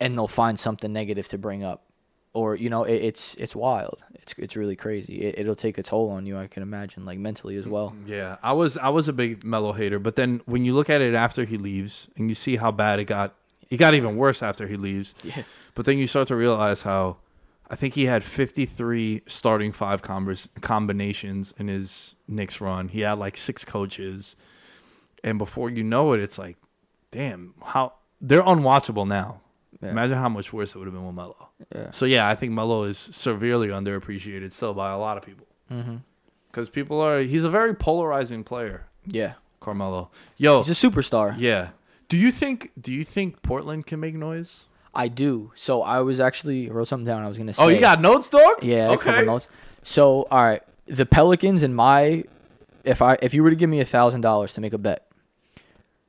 C: and they'll find something negative to bring up, or you know, it, it's it's wild. It's it's really crazy. It, it'll take a toll on you. I can imagine, like mentally as well.
B: Yeah, I was I was a big Melo hater, but then when you look at it after he leaves and you see how bad it got, it got even worse after he leaves. Yeah. But then you start to realize how I think he had 53 starting five combers, combinations in his Knicks run. He had like six coaches, and before you know it, it's like, damn, how they're unwatchable now. Imagine how much worse it would have been with Melo. Yeah. So yeah, I think Melo is severely underappreciated still by a lot of people because people are he's a very polarizing player
C: Yeah,
B: carmelo yo
C: he's a superstar.
B: yeah do you think do you think portland can make noise
C: I do. So I was actually wrote something down. I was gonna say.
B: oh you got notes dog
C: Yeah, a
B: okay
C: couple notes. So, all right, the Pelicans in my if I if you were to give me a thousand dollars to make a bet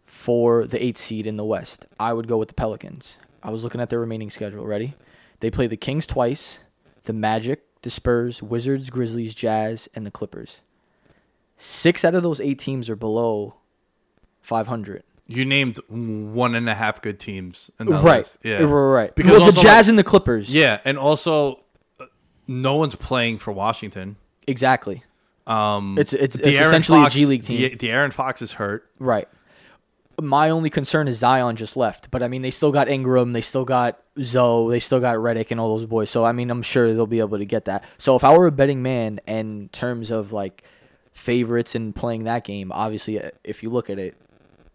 C: for the eighth seed in the West, I would go with the Pelicans. I was looking at their remaining schedule. Ready? They play the Kings twice, the Magic, the Spurs, Wizards, Grizzlies, Jazz, and the Clippers. Six out of those eight teams are below five hundred.
B: you named one and a half good teams in that
C: Right.
B: list. yeah
C: Right.
B: because
C: Right. Because well, the
B: also,
C: Jazz
B: like-
C: and the Clippers.
B: yeah and also uh, no one's playing for washington
C: Exactly.
B: um
C: It's it's, it's
B: De'Aaron
C: essentially
B: Fox-
C: a G League team.
B: De- De'Aaron fox is hurt
C: Right. My only concern is Zion just left, but I mean they still got Ingram, they still got Zoe, they still got Reddick and all those boys. So I mean I'm sure they'll be able to get that. So if I were a betting man in terms of like favorites and playing that game, obviously uh, if you look at it,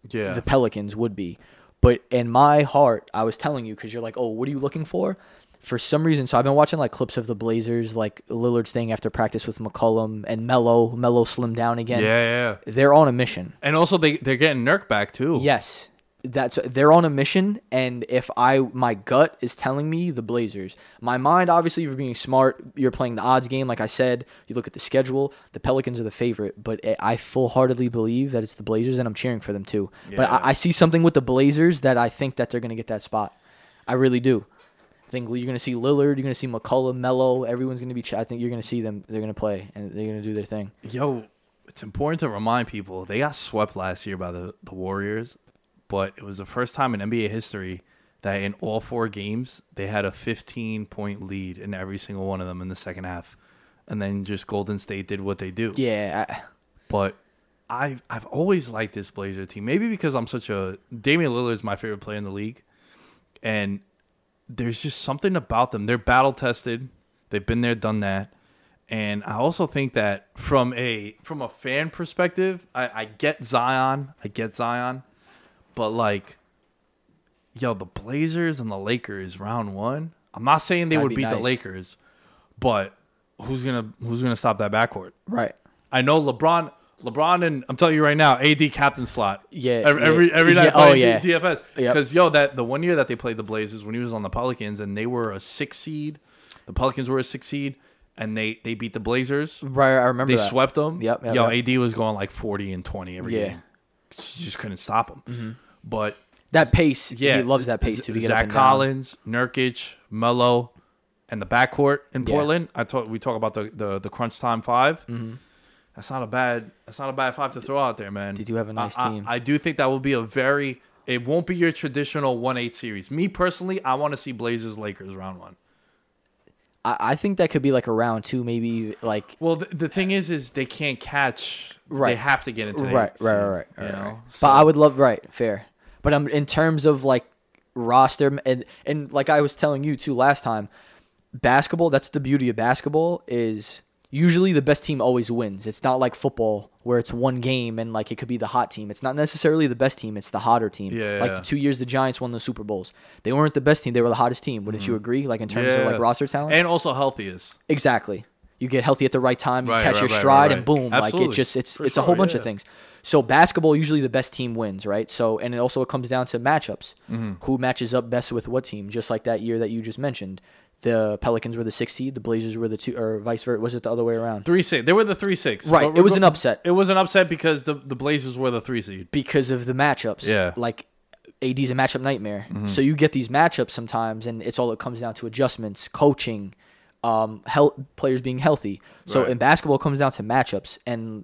B: yeah
C: the Pelicans would be. But in my heart, I was telling you because you're like, oh, what are you looking for? For some reason, so I've been watching like clips of the Blazers, like Lillard staying after practice with McCollum and Melo. Melo slimmed down again.
B: yeah, yeah yeah.
C: They're on a mission.
B: and also they they're getting Nurk back too
C: Yes. That's they're on a mission and if I my gut is telling me the Blazers. My mind obviously you're being smart, you're playing the odds game like I said. You look at the schedule, the Pelicans are the favorite, but I- I full-heartedly believe that it's the Blazers and I'm cheering for them too. But
B: Yeah.
C: I, I see something with the Blazers that I think that they're going to get that spot. I really do. I think you're going to see Lillard, you're going to see McCollum, Mello, everyone's going to be ch- I think you're going to see them they're going to play and they're going to do their thing.
B: yo, it's important to remind people they got swept last year by the, the Warriors, but it was the first time in NBA history that in all four games they had a 15 point lead in every single one of them in the second half. And then just Golden State did what they do.
C: Yeah, I,
B: But I've I've always liked this Blazer team. Maybe because I'm such a Damian Lillard's my favorite player in the league. And there's just something about them. They're battle tested. They've been there, done that. And I also think that from a from a fan perspective, I, I get Zion. I get Zion. But like yo, the Blazers and the Lakers round one. I'm not saying they
C: That'd
B: would
C: be
B: beat the
C: nice.
B: Lakers, but who's gonna who's gonna stop that backcourt?
C: right.
B: I know LeBron. LeBron and I'm telling you right now, AD captain slot.
C: Yeah,
B: Every
C: yeah,
B: every, every night
C: yeah,
B: playing
C: oh, yeah.
B: D- DFS.
C: Yep.
B: Because yo, that the one year that they played the Blazers when he was on the Pelicans and they were a six seed, the Pelicans were a six seed, and they they beat the Blazers.
C: Right, I remember
B: They
C: that.
B: swept them.
C: Yep, yep,
B: yo,
C: yep.
B: AD was going like 40 and 20 every
C: Yeah. Mm-hmm.
B: game. Just just couldn't stop him. But
C: That pace,
B: yeah,
C: he loves that pace
B: Z-
C: to be
B: Zach Collins, Nurkic, Melo, and the backcourt in
C: Yeah.
B: Portland. I talk, we talk about the, the the crunch time 5 That's not a bad. That's not a bad five to throw out there, man.
C: They do have a nice
B: I- I-
C: team.
B: I do think that will be a very. It won't be your traditional one eight series. Me personally, I want to see Blazers Lakers round one.
C: I, I think that could be like a round two, maybe like
B: Well, the, the thing is, is they can't catch. They
C: Right.
B: have to get into the
C: right, right,
B: eighth
C: right,
B: seed,
C: right.
B: you
C: right,
B: know?
C: right. But I would love right, fair. But I'm in terms of like roster and and like I was telling you too last time, basketball. That's the beauty of basketball is usually the best team always wins. It's not like football where it's one game and like it could be the hot team. It's not necessarily the best team. It's the hotter team.
B: Yeah,
C: Like
B: yeah.
C: the two years the Giants won the Super Bowls, they weren't the best team. They were the hottest team. Wouldn't you agree? Like in terms of
B: Mm-hmm. Yeah.
C: like roster talent
B: and also healthiest.
C: Exactly. You get healthy at the right time, you
B: Right,
C: catch
B: right,
C: your
B: right,
C: stride,
B: right,
C: and boom,
B: right.
C: like
B: Absolutely.
C: it just it's
B: For
C: it's a whole
B: sure,
C: bunch
B: yeah.
C: of things. So basketball, usually the best team wins, right? So and it also comes down to matchups,
B: Mm-hmm.
C: who matches up best with what team. Just like that year that you just mentioned, the Pelicans were the six seed, the Blazers were the two, or vice versa. Was it the other way around?
B: Three six. They were the three six.
C: Right,
B: But
C: it was
B: rego-
C: an upset.
B: It was an upset because the the Blazers were the three seed.
C: because of the matchups.
B: Yeah. Mm-hmm.
C: Like AD's a matchup nightmare. So you get these matchups sometimes and it's all it comes down to adjustments, coaching, um health players being healthy. So
B: Right.
C: in basketball it comes down to matchups and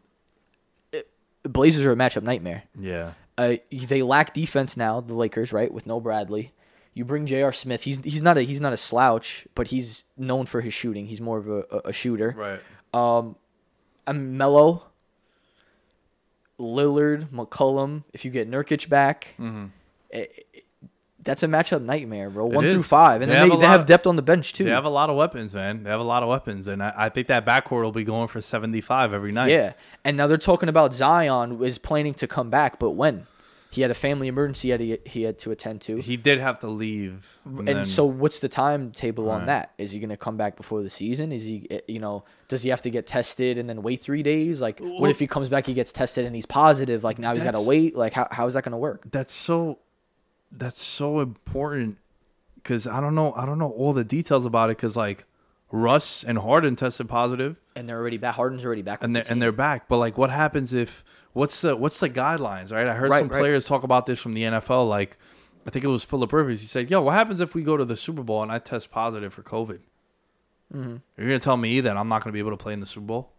C: it, Blazers are a matchup nightmare.
B: Yeah.
C: Uh, they lack defense now, the Lakers, right? With no Bradley. You bring J.R. Smith. He's he's not a he's not a slouch, but he's known for his shooting. He's more of a, a- a shooter.
B: Right.
C: I'm Mello, Lillard, McCollum. If you get Nurkic back,
B: Mm-hmm.
C: eh, eh, that's a matchup nightmare, bro. One through
B: is.
C: five, and
B: They
C: then
B: have
C: they,
B: a
C: they
B: lot-
C: have depth on the bench too.
B: They have a lot of weapons, man. They have a lot of weapons, and I, I think that backcourt will be going for seventy five every night.
C: yeah, and now they're talking about Zion is planning to come back, but when? He had a family emergency he had to, he had to attend to.
B: He did have to leave,
C: and
B: then-
C: so what's the timetable on that is he going to come back before the season is he eh, you know does he have to get tested and then wait three days like what if he comes back he gets tested and he's positive like now he's got to
B: That's-
C: wait like how, how is that going to work
B: that's so that's so important because I don't know I don't know all the details about it because like Russ and Harden tested positive
C: and they're already back. Harden's already back.
B: and
C: with
B: they're
C: the
B: and
C: team.
B: they're back but like what happens if what's the what's the guidelines right I heard
C: Right,
B: some
C: right.
B: players talk about this from the NFL like I think it was Philip Rivers he said yo what happens if we go to the Super Bowl and I test positive for COVID
C: Mm-hmm.
B: you're gonna tell me that I'm not gonna be able to play in the Super Bowl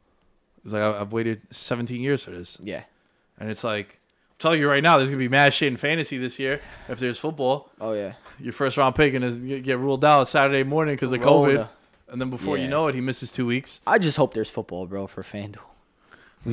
B: it's like I- I've waited 17 years for this
C: yeah.
B: and it's like I'm telling you right now there's gonna be mad shit in fantasy this year if there's football
C: Oh yeah.
B: your first round pick and is get get ruled out Saturday morning because of COVID.
C: Rona.
B: And then before you
C: Yeah.
B: know it, he misses two weeks.
C: I just hope there's football, bro, for FanDuel. We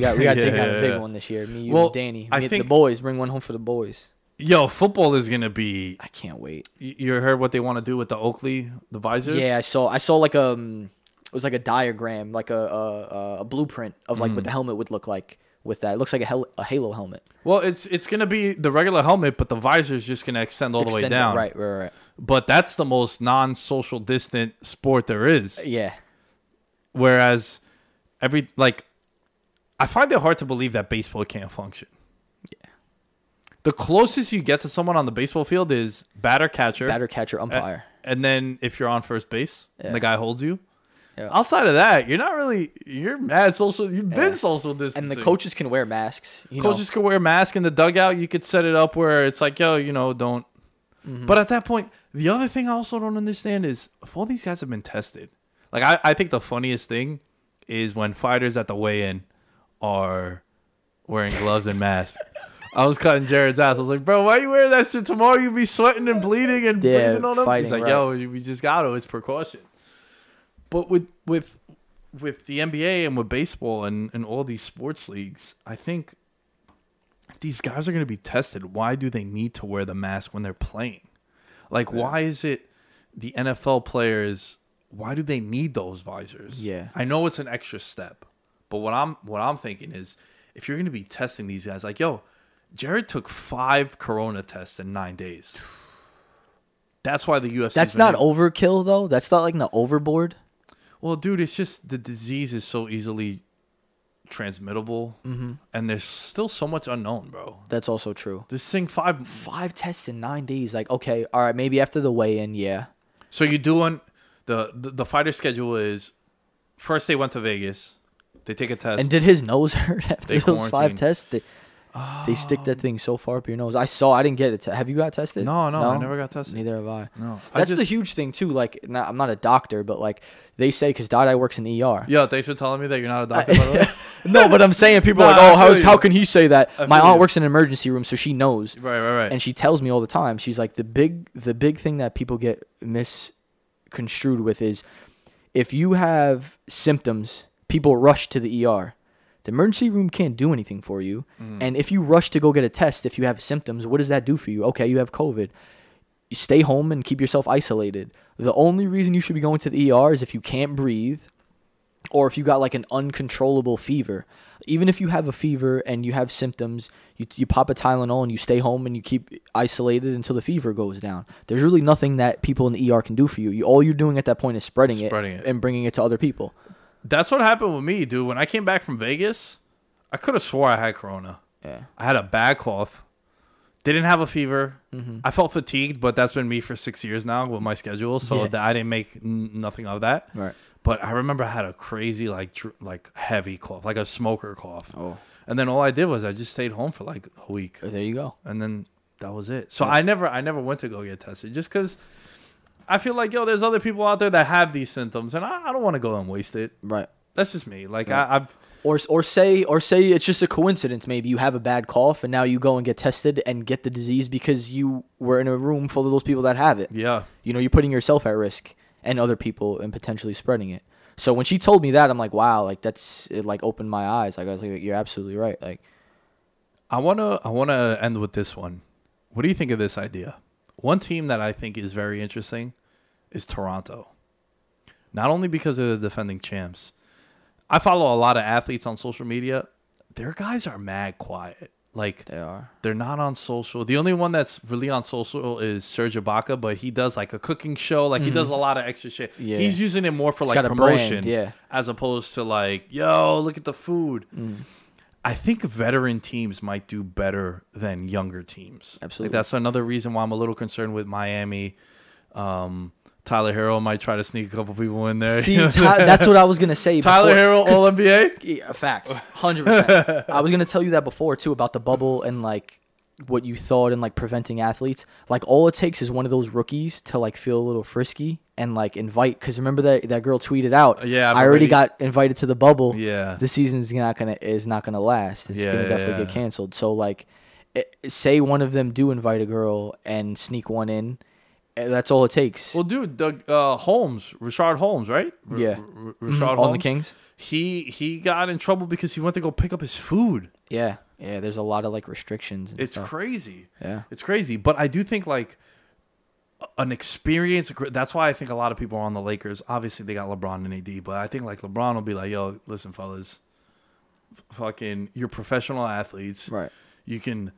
C: got we got to take out
B: Yeah.
C: a big one this year. Me, you,
B: Well,
C: and Danny.
B: I
C: Me,
B: think-
C: the boys bring one home for the boys.
B: Yo, football is gonna be.
C: I can't wait.
B: y- You heard what they want to do with the Oakley, the visors.
C: Yeah, I saw I saw like um it was like a diagram, like a a, a blueprint of
B: Mm.
C: like what the helmet would look like with that. It looks like a, hel- a Halo helmet.
B: Well, it's it's gonna be the regular helmet, but the visor is just gonna extend all the way
C: Extended-
B: down.
C: Right, right, right.
B: But that's the most non-social distant sport there is.
C: Yeah.
B: Whereas every like, I find it hard to believe that baseball can't function. Yeah. The closest you get to someone on the baseball field is batter catcher.
C: Batter catcher umpire.
B: A- And then if you're on first base, and
C: Yeah.
B: the guy holds you.
C: Yeah.
B: Outside of that, you're not really you're mad social. You've been social distancing.
C: and the coaches can wear masks. You know.
B: coaches could wear a mask in the dugout. You could set it up where it's like, yo, you know, don't.
C: Mm-hmm.
B: But at that point, the other thing I also don't understand is if all these guys have been tested. Like I, I think the funniest thing is when fighters at the weigh-in are wearing gloves and masks. I was cutting Jared's ass. I was like, bro, why you wearing that shit? Tomorrow you be sweating and bleeding and
C: Yeah,
B: breathing on them. He's
C: fighting,
B: like,
C: right.
B: yo, we just got to. It's precaution. But with with with the NBA and with baseball and, and all these sports leagues, I think if these guys are going to be tested. Why do they need to wear the mask when they're playing? Like, why is it the NFL players? Why do they need those visors?
C: Yeah.
B: I know it's an extra step, but what I'm what I'm thinking is if you're going to be testing these guys, like, yo, Jared took five Corona tests in nine days. That's why the UFC.
C: That's not overkill though. That's not like the overboard.
B: Well, dude, it's just the disease is so easily transmittable,
C: Mm-hmm.
B: and there's still so much unknown, bro.
C: That's also true.
B: This thing five
C: five tests in nine days. Like, okay, all right, maybe after the weigh in, yeah.
B: So you do on the, the the fighter schedule is first they went to Vegas, they take a test.
C: And did his nose hurt after
B: They
C: those five
B: quarantined.
C: tests? They- They stick that thing so far up your nose. I saw. I didn't get it. Te- Have you got tested?
B: No, no, I never got tested.
C: Neither have I.
B: No. I
C: that's the
B: just-
C: huge thing too. Like, not, I'm not a doctor, but like they say, because Dada works in the ER.
B: Yo, thanks for telling me that you're not a doctor. by the way.
C: no, but I'm saying people are
B: Nah, I
C: like, oh,
B: feel
C: how,
B: you.
C: how can he say that?
B: I
C: My
B: feel
C: aunt
B: you.
C: works in an emergency room, so she knows.
B: Right, right, right.
C: And she tells me all the time. She's like, the big, the big thing that people get misconstrued with is, if you have symptoms, people rush to the ER. The emergency room can't do anything for you.
B: Mm.
C: And if you rush to go get a test, if you have symptoms, what does that do for you? Okay, you have COVID you stay home and keep yourself isolated. The only reason you should be going to the ER is if you can't breathe or if you got like an uncontrollable fever. Even if you have a fever and you have symptoms, you, you pop a Tylenol and you stay home and you keep isolated until the fever goes down. There's really nothing that people in the ER can do for you. you all you're doing at that point is spreading,
B: Spreading it.
C: and bringing it to other people.
B: That's what happened with me, dude. When I came back from Vegas, I could have swore I had corona.
C: Yeah.
B: I had a bad cough. Didn't have a fever.
C: Mm-hmm.
B: I felt fatigued, but that's been me for six years now with my schedule, so
C: Yeah.
B: that I didn't make n- nothing of that.
C: Right.
B: But I remember I had a crazy, like, dr- like heavy cough, like a smoker cough.
C: Oh. Uh,
B: And then all I did was I just stayed home for like a week
C: There you go.
B: and then that was it. So I never I never went to go get tested just because I feel like yo, there's other people out there that have these symptoms, and I, I don't want to go and waste it.
C: Right.
B: That's just me. Like I, I've
C: Or, or say or say it's just a coincidence. Maybe you have a bad cough and now you go and get tested and get the disease because you were in a room full of those people that have it.
B: yeah.
C: You know, you're putting yourself at risk and other people and potentially spreading it. So when she told me that, I'm like, wow, like that's it. Like opened my eyes. Like I was like, you're absolutely right. Like
B: I wanna I wanna end with this one. What do you think of this idea? One team that I think is very interesting is Toronto. Not only because they're the defending champs. I follow a lot of athletes on social media. Their guys are mad quiet. Like
C: they are.
B: They're not on social. The only one that's really on social is Serge Ibaka, but he does like a cooking show. Like he does a lot of extra shit.
C: Mm-hmm. Yeah.
B: He's using it more for like
C: got a brand,
B: promotion,
C: yeah. Mm-hmm.
B: as opposed to like, yo, look at the food. I think veteran teams might do better than younger teams. Like,
C: Absolutely.
B: that's another reason why I'm a little concerned with Miami. Um, Tyler Harrell might try to sneak a couple people in there.
C: See, Ty- that's what I was gonna say.
B: Tyler
C: before-
B: Harrell,
C: 'cause-
B: All NBA.
C: Yeah, facts, hundred percent. I was gonna tell you that before too about the bubble and like what you thought and like preventing athletes. Like all it takes is one of those rookies to like feel a little frisky and like invite. Because remember that that girl tweeted out,
B: Uh, Yeah, I've
C: I already
B: already-
C: got invited to the bubble.
B: Yeah.
C: the season's not gonna is not gonna last. It's
B: Yeah,
C: gonna
B: yeah,
C: definitely
B: yeah.
C: get canceled. So like, i say one of them do invite a girl and sneak one in. eh, That's all it takes.
B: Well, dude, Doug uh, Holmes, Richard Holmes, right? R-
C: Yeah.
B: R- R- Rashard Holmes.
C: Mm-hmm. On the Kings.
B: He he got in trouble because he went to go pick up his food.
C: Yeah, yeah. There's a lot of like restrictions. And
B: It's
C: stuff.
B: crazy.
C: Yeah.
B: It's crazy. But I do think like an experience. That's why I think a lot of people are on the Lakers. Obviously, they got LeBron and AD, but I think like LeBron will be like, "Yo, listen, fellas, f- fucking, you're professional athletes.
C: Right.
B: You can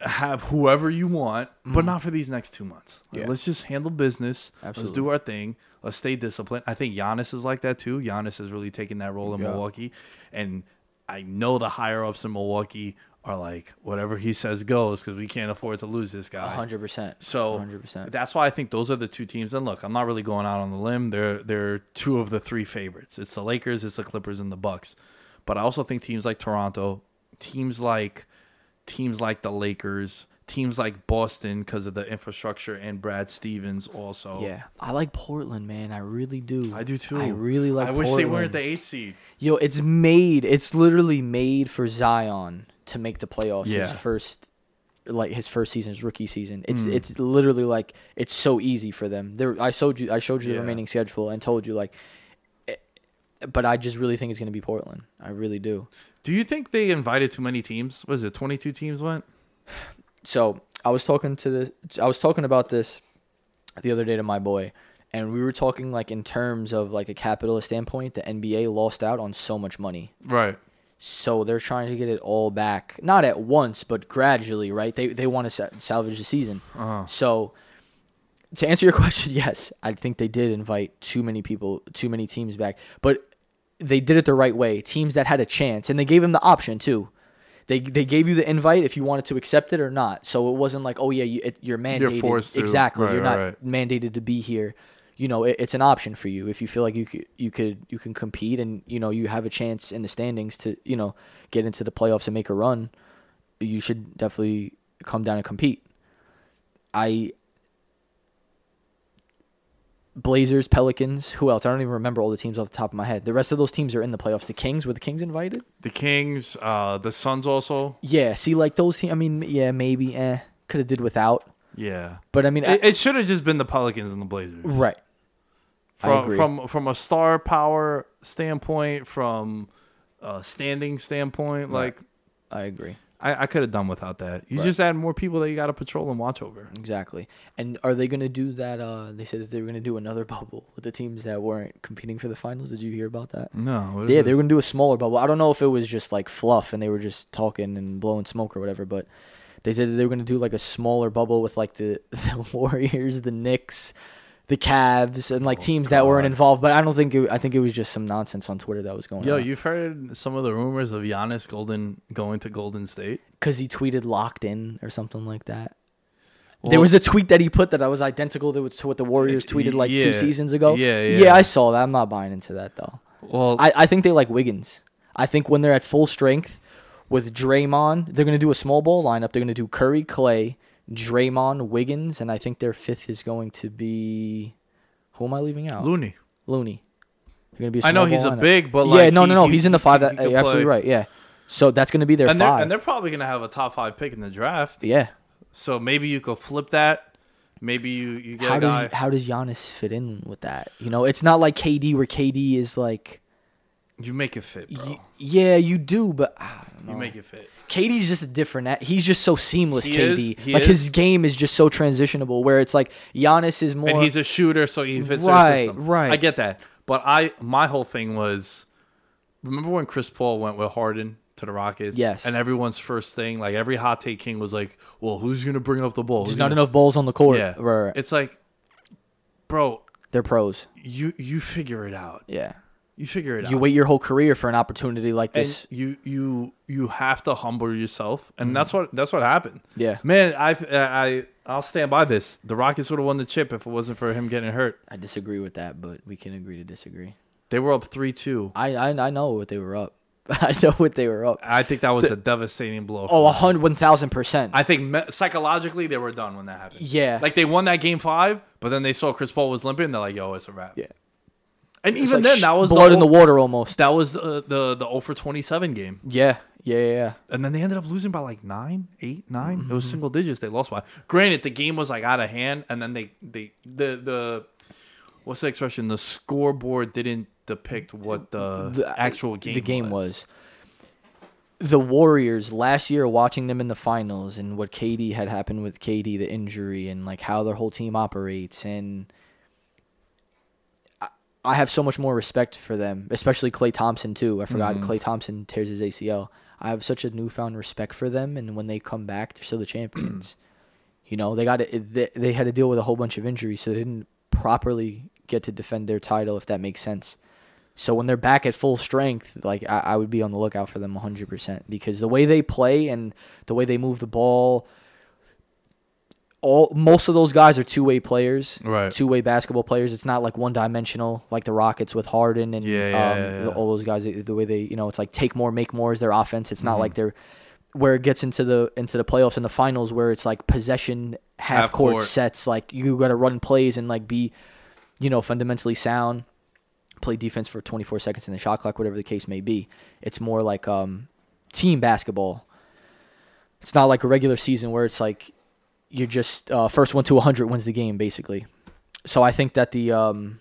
B: have whoever you want, but not for these next two months. Like,
C: Mm. Yeah.
B: Let's just handle business. Let's do
C: Absolutely.
B: our thing. Let's stay disciplined. I think Giannis is like that too. Giannis has really taken that role in Milwaukee, and I know the higher ups in Milwaukee are like, whatever he says goes, because we can't afford to lose this guy.
C: hundred percent.
B: So
C: hundred percent.
B: that's why I think those are the two teams. And look, I'm not really going out on the limb. They're they're two of the three favorites. It's the Lakers, it's the Clippers, and the Bucks. But I also think teams like Toronto, teams like teams like the Lakers, teams like Boston because of the infrastructure and Brad Stevens also.
C: Yeah, I like Portland, man. I really do.
B: I do too.
C: I really like.
B: I wish they weren't the
C: Portland.
B: eighth seed.
C: Yo, it's made. It's literally made for Zion to make the playoffs. His
B: Yeah.
C: first, like his first season, his rookie season. It's
B: Mm.
C: it's literally like it's so easy for them. There, I showed you. I showed you the
B: Yeah.
C: remaining schedule and told you like. eh, But I just really think it's gonna be Portland. I really do.
B: Do you think they invited too many teams? Was it 22 teams went?
C: so I was talking to the I was talking about this the other day to my boy, and we were talking like in terms of like a capitalist standpoint, the NBA lost out on so much money.
B: Right.
C: So they're trying to get it all back, not at once, but gradually, right? They they want to sa- salvage the season. So to answer your question, yes, I think they did invite too many people, too many teams back, but they did it the right way. Teams that had a chance, and they gave them the option too. They, they gave you the invite if you wanted to accept it or not. So it wasn't like, oh yeah, you, it, you're mandated.
B: forced to.
C: Exactly,
B: Right,
C: you're
B: right,
C: not
B: right.
C: mandated to be here. You know, it, it's an option for you if you feel like you could, you could, you can compete, and you know you have a chance in the standings to you know get into the playoffs and make a run. you should definitely come down and compete. I Blazers, Pelicans, who else? I don't even remember all the teams off the top of my head. The rest of those teams are in the playoffs. The Kings, were the Kings invited?
B: The Kings, uh, the Suns also.
C: Yeah, see like those teams, I mean, yeah, maybe eh could have did without.
B: Yeah.
C: But I mean,
B: It,
C: I-
B: it should have just been the Pelicans and the Blazers.
C: right.
B: From,
C: agree.
B: from from a star power standpoint, from a standing standpoint, like
C: I agree.
B: I, I could have done without that. You just add more people that you got to patrol and watch over.
C: Exactly. And are they going to do that? Uh, they said that they were going to do another bubble with the teams that weren't competing for the finals. Did you hear about that?
B: No, what is
C: Yeah, they
B: this?
C: were going to do a smaller bubble. I don't know if it was just like fluff and they were just talking and blowing smoke or whatever, but they said that they were going to do like a smaller bubble with like the, the Warriors, the Knicks, the Cavs, and
B: Oh,
C: like teams that weren't involved. But I don't think it, I think it was just some nonsense on Twitter that was going
B: Yo,
C: on.
B: you've heard some of the rumors of Giannis Golden going to Golden State.
C: because he tweeted locked in or something like that.
B: Well-
C: there was a tweet that he put that I was identical to, to what the Warriors tweeted like
B: Yeah.
C: two seasons ago.
B: Yeah, yeah.
C: I saw that. I'm not buying into that though.
B: Well,
C: I, I think they like Wiggins. I think when they're at full strength with Draymond, they're gonna do a small ball lineup. They're gonna do Curry, Clay, Draymond, Wiggins, and I think their fifth is going to be who am I leaving out?
B: Looney.
C: Looney. They're gonna be. A
B: I know
C: small
B: he's
C: ball
B: a
C: lineup.
B: big, but,
C: yeah,
B: like,
C: no,
B: he-
C: no, no,
B: he-
C: he's in the
B: he-
C: five.
B: he
C: that,
B: could
C: you're absolutely
B: play.
C: right. Yeah, so that's gonna be their
B: And they're,
C: five.
B: and they're probably going to have a top five pick in the draft.
C: yeah,
B: So maybe you could flip that. Maybe you, you get
C: how
B: a guy.
C: does how does Giannis fit in with that? You know, it's not like KD where KD is like,
B: you make it fit, bro.
C: y- yeah, you do, but ah, I don't
B: You
C: know.
B: make it fit.
C: KD's just a different. a- He's just so seamless.
B: He is,
C: KD,
B: he
C: like
B: is.
C: his game is just so transitionable. Where it's like Giannis is more.
B: and he's a shooter, so he fits
C: Right,
B: their system.
C: right.
B: I get that, but I my whole thing was, remember when Chris Paul went with Harden to the Rockets?
C: Yes.
B: And everyone's first thing, like every hot take king, was like, "Well, who's gonna bring up the ball?
C: there's
B: Who's
C: not
B: gonna-"
C: enough balls on the court.
B: Yeah.
C: Right, right, right.
B: It's like, bro,
C: they're pros.
B: you you figure it out.
C: Yeah,
B: You figure it out.
C: you wait your whole career for an opportunity like this. Mm-hmm.
B: and you you you have to humble yourself, and that's what that's what happened.
C: Yeah.
B: man, I I I'll stand by this. The Rockets would have won the chip if it wasn't for him getting hurt.
C: I disagree with that, but we can agree to disagree.
B: They were up three two.
C: I I, I know what they were up. I know what they were up.
B: I think that was a devastating blow.
C: Oh,
B: for
C: a
B: them.
C: hundred, one thousand percent.
B: I think me- psychologically they were done when that happened.
C: Yeah.
B: like they won that game five, but then they saw Chris Paul was limping. They're like, "Yo, it's a wrap."
C: Yeah.
B: and
C: It's
B: even
C: like
B: then, that
C: sh-
B: was
C: blood in the
B: o-
C: water almost.
B: That was the the the 0 for 27 game,
C: Yeah, yeah, yeah, yeah.
B: and then they ended up losing by like nine, eight, nine. It
C: Mm-hmm.
B: was single digits. They lost by. Granted, the game was like out of hand, and then they they the the what's the expression? The scoreboard didn't depict what the, actual game
C: the game was. The Warriors last year, watching them in the finals and what KD had happened with KD, the injury, and like how their whole team operates, and I- I have so much more respect for them, especially Clay Thompson too. I forgot Clay Thompson tears his ACL. I have such a newfound respect for them, and when they come back, they're still the champions. You know, they got to, they, they had to deal with a whole bunch of injuries, so they didn't properly get to defend their title, if that makes sense. So when they're back at full strength, like I, I would be on the lookout for them 100% because the way they play and the way they move the ball, all most of those guys are two way players,
B: Right.
C: Two way basketball players. It's not like one dimensional like the Rockets with Harden and
B: Yeah, yeah,
C: um,
B: yeah,
C: the-
B: yeah.
C: all those guys. The way they, you know, it's like take more, make more is their offense. It's
B: Mm-hmm.
C: not like they're where it gets into the into the playoffs and the finals where it's like possession half,
B: Half
C: court,
B: court.
C: sets. Like you got to run plays and like be, you know, fundamentally sound play defense for 24 seconds in the shot clock, whatever the case may be. It's more like um, team basketball. It's not like a regular season where it's like you're just uh, first one to 100 wins the game, basically. So I think that the um,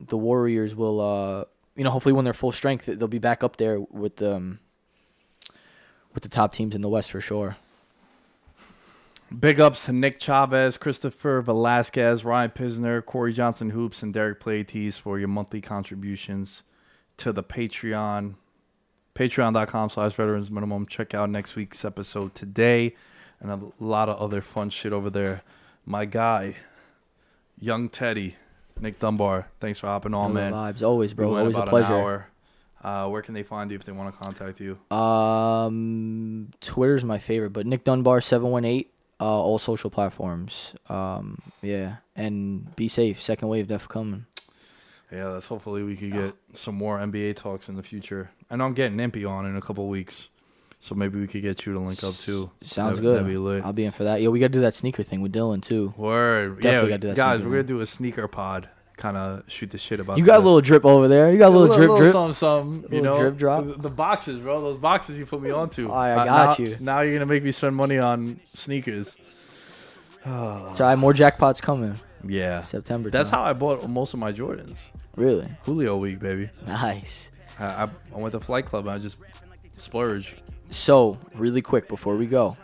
C: the Warriors will, uh, you know, hopefully when they're full strength, they'll be back up there with um, with the top teams in the West for sure.
B: Big ups to Nick Chavez, Christopher Velasquez, Ryan Pisner, Corey Johnson Hoops, and Derek Plates for your monthly contributions to the Patreon. Patreon.com slash veterans minimum. Check out next week's episode today and a lot of other fun shit over there. My guy, Young Teddy, Nick Dunbar, thanks for hopping on,
C: Hello,
B: man.
C: vibes always, bro.
B: We went
C: always a
B: about an
C: pleasure.
B: hour. Uh, where can they find you if they want to contact you?
C: Um, Twitter's my favorite, but Nick Dunbar seven one eight. Uh, all social platforms. Um, yeah, and be safe. Second wave def coming.
B: Yeah, that's hopefully we could get some more NBA talks in the future. I know I'm getting Impy on in a couple weeks, So maybe we could get you to link up too.
C: Sounds
B: That'd-
C: good.
B: That'd be lit.
C: I'll be in for that. Yo, we gotta do that sneaker thing with Dylan too.
B: Word.
C: Definitely
B: yeah,
C: gotta do that
B: guys,
C: sneaker,
B: we're gonna
C: man.
B: do a sneaker pod. Kind of shoot the shit about.
C: You got a
B: this.
C: little drip over there. You got a little drip drip.
B: something, something, you
C: Little
B: know,
C: drip drop.
B: The, the boxes, bro. Those boxes you put me onto.
C: All right, I
B: Uh,
C: got
B: now-
C: you.
B: Now you're gonna make me spend money on sneakers.
C: It's all right. More jackpots coming.
B: Yeah,
C: September
B: That's
C: time.
B: how I bought most of my Jordans.
C: Really
B: Julio week, baby.
C: nice.
B: I, I, I went to Flight Club and I just splurged.
C: So really quick before we go,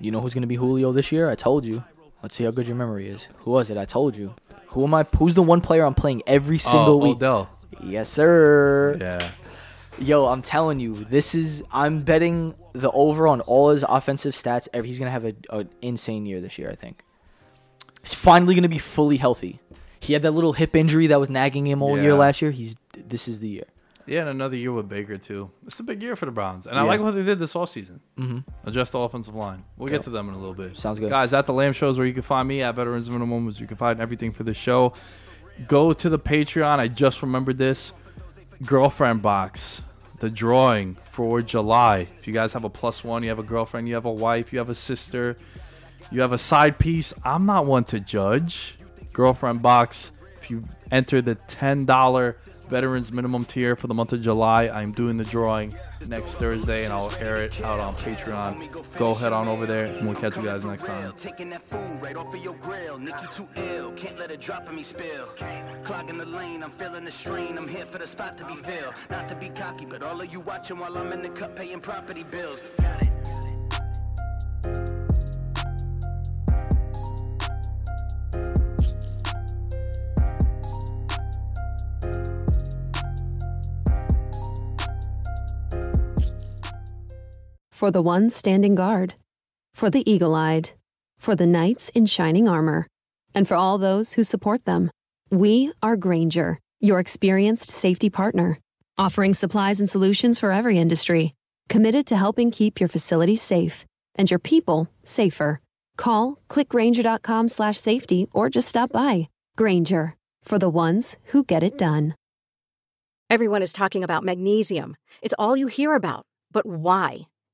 C: you know who's gonna be Julio this year? I told you. Let's see how good your memory is. Who was it? I told you. Who am I? Who's the one player I'm playing every single
B: Oh,
C: week?
B: Odell.
C: Yes, sir.
B: Yeah.
C: Yo, I'm telling you, this is. I'm betting the over on all his offensive stats. Every, he's gonna have a, an insane year this year. I think. He's finally gonna be fully healthy. He had that little hip injury that was nagging him all year
B: Yeah.
C: last year. He's. This is the year.
B: Yeah, and another year with Baker too. It's a big year for the Browns, and I
C: Yeah.
B: like what they did this offseason. Mm-hmm. Adjust the offensive line. We'll get to them in a little bit.
C: Sounds good.
B: guys. At the Lamb shows, where you can find me at Veterans Minimum, where you can find everything for the show. Go to the Patreon. I just remembered this. Girlfriend box, the drawing for July. If you guys have a plus one, you have a girlfriend, you have a wife, you have a sister, you have a side piece. I'm not one to judge. Girlfriend box. If you enter the $10 veterans minimum tier for the month of July, I'm doing the drawing next Thursday and I'll air it out on Patreon. Go head on over there and we'll catch you guys next time.
A: Taking that food right off of your grill. Nikki too ill, can't let it drop on me spill. Clogging the lane, I'm feeling the strain. I'm here for the spot to be filled. Not to be cocky, but all of you watching while I'm in the cup paying property bills.
F: For the ones standing guard, for the eagle eyed, for the knights in shining armor, and for all those who support them, we are Granger, your experienced safety partner, offering supplies and solutions for every industry, committed to helping keep your facilities safe and your people safer. Call clickgranger.com slash safety or just stop by. Granger, for the ones who get it done.
G: Everyone is talking about magnesium. It's all you hear about. But why?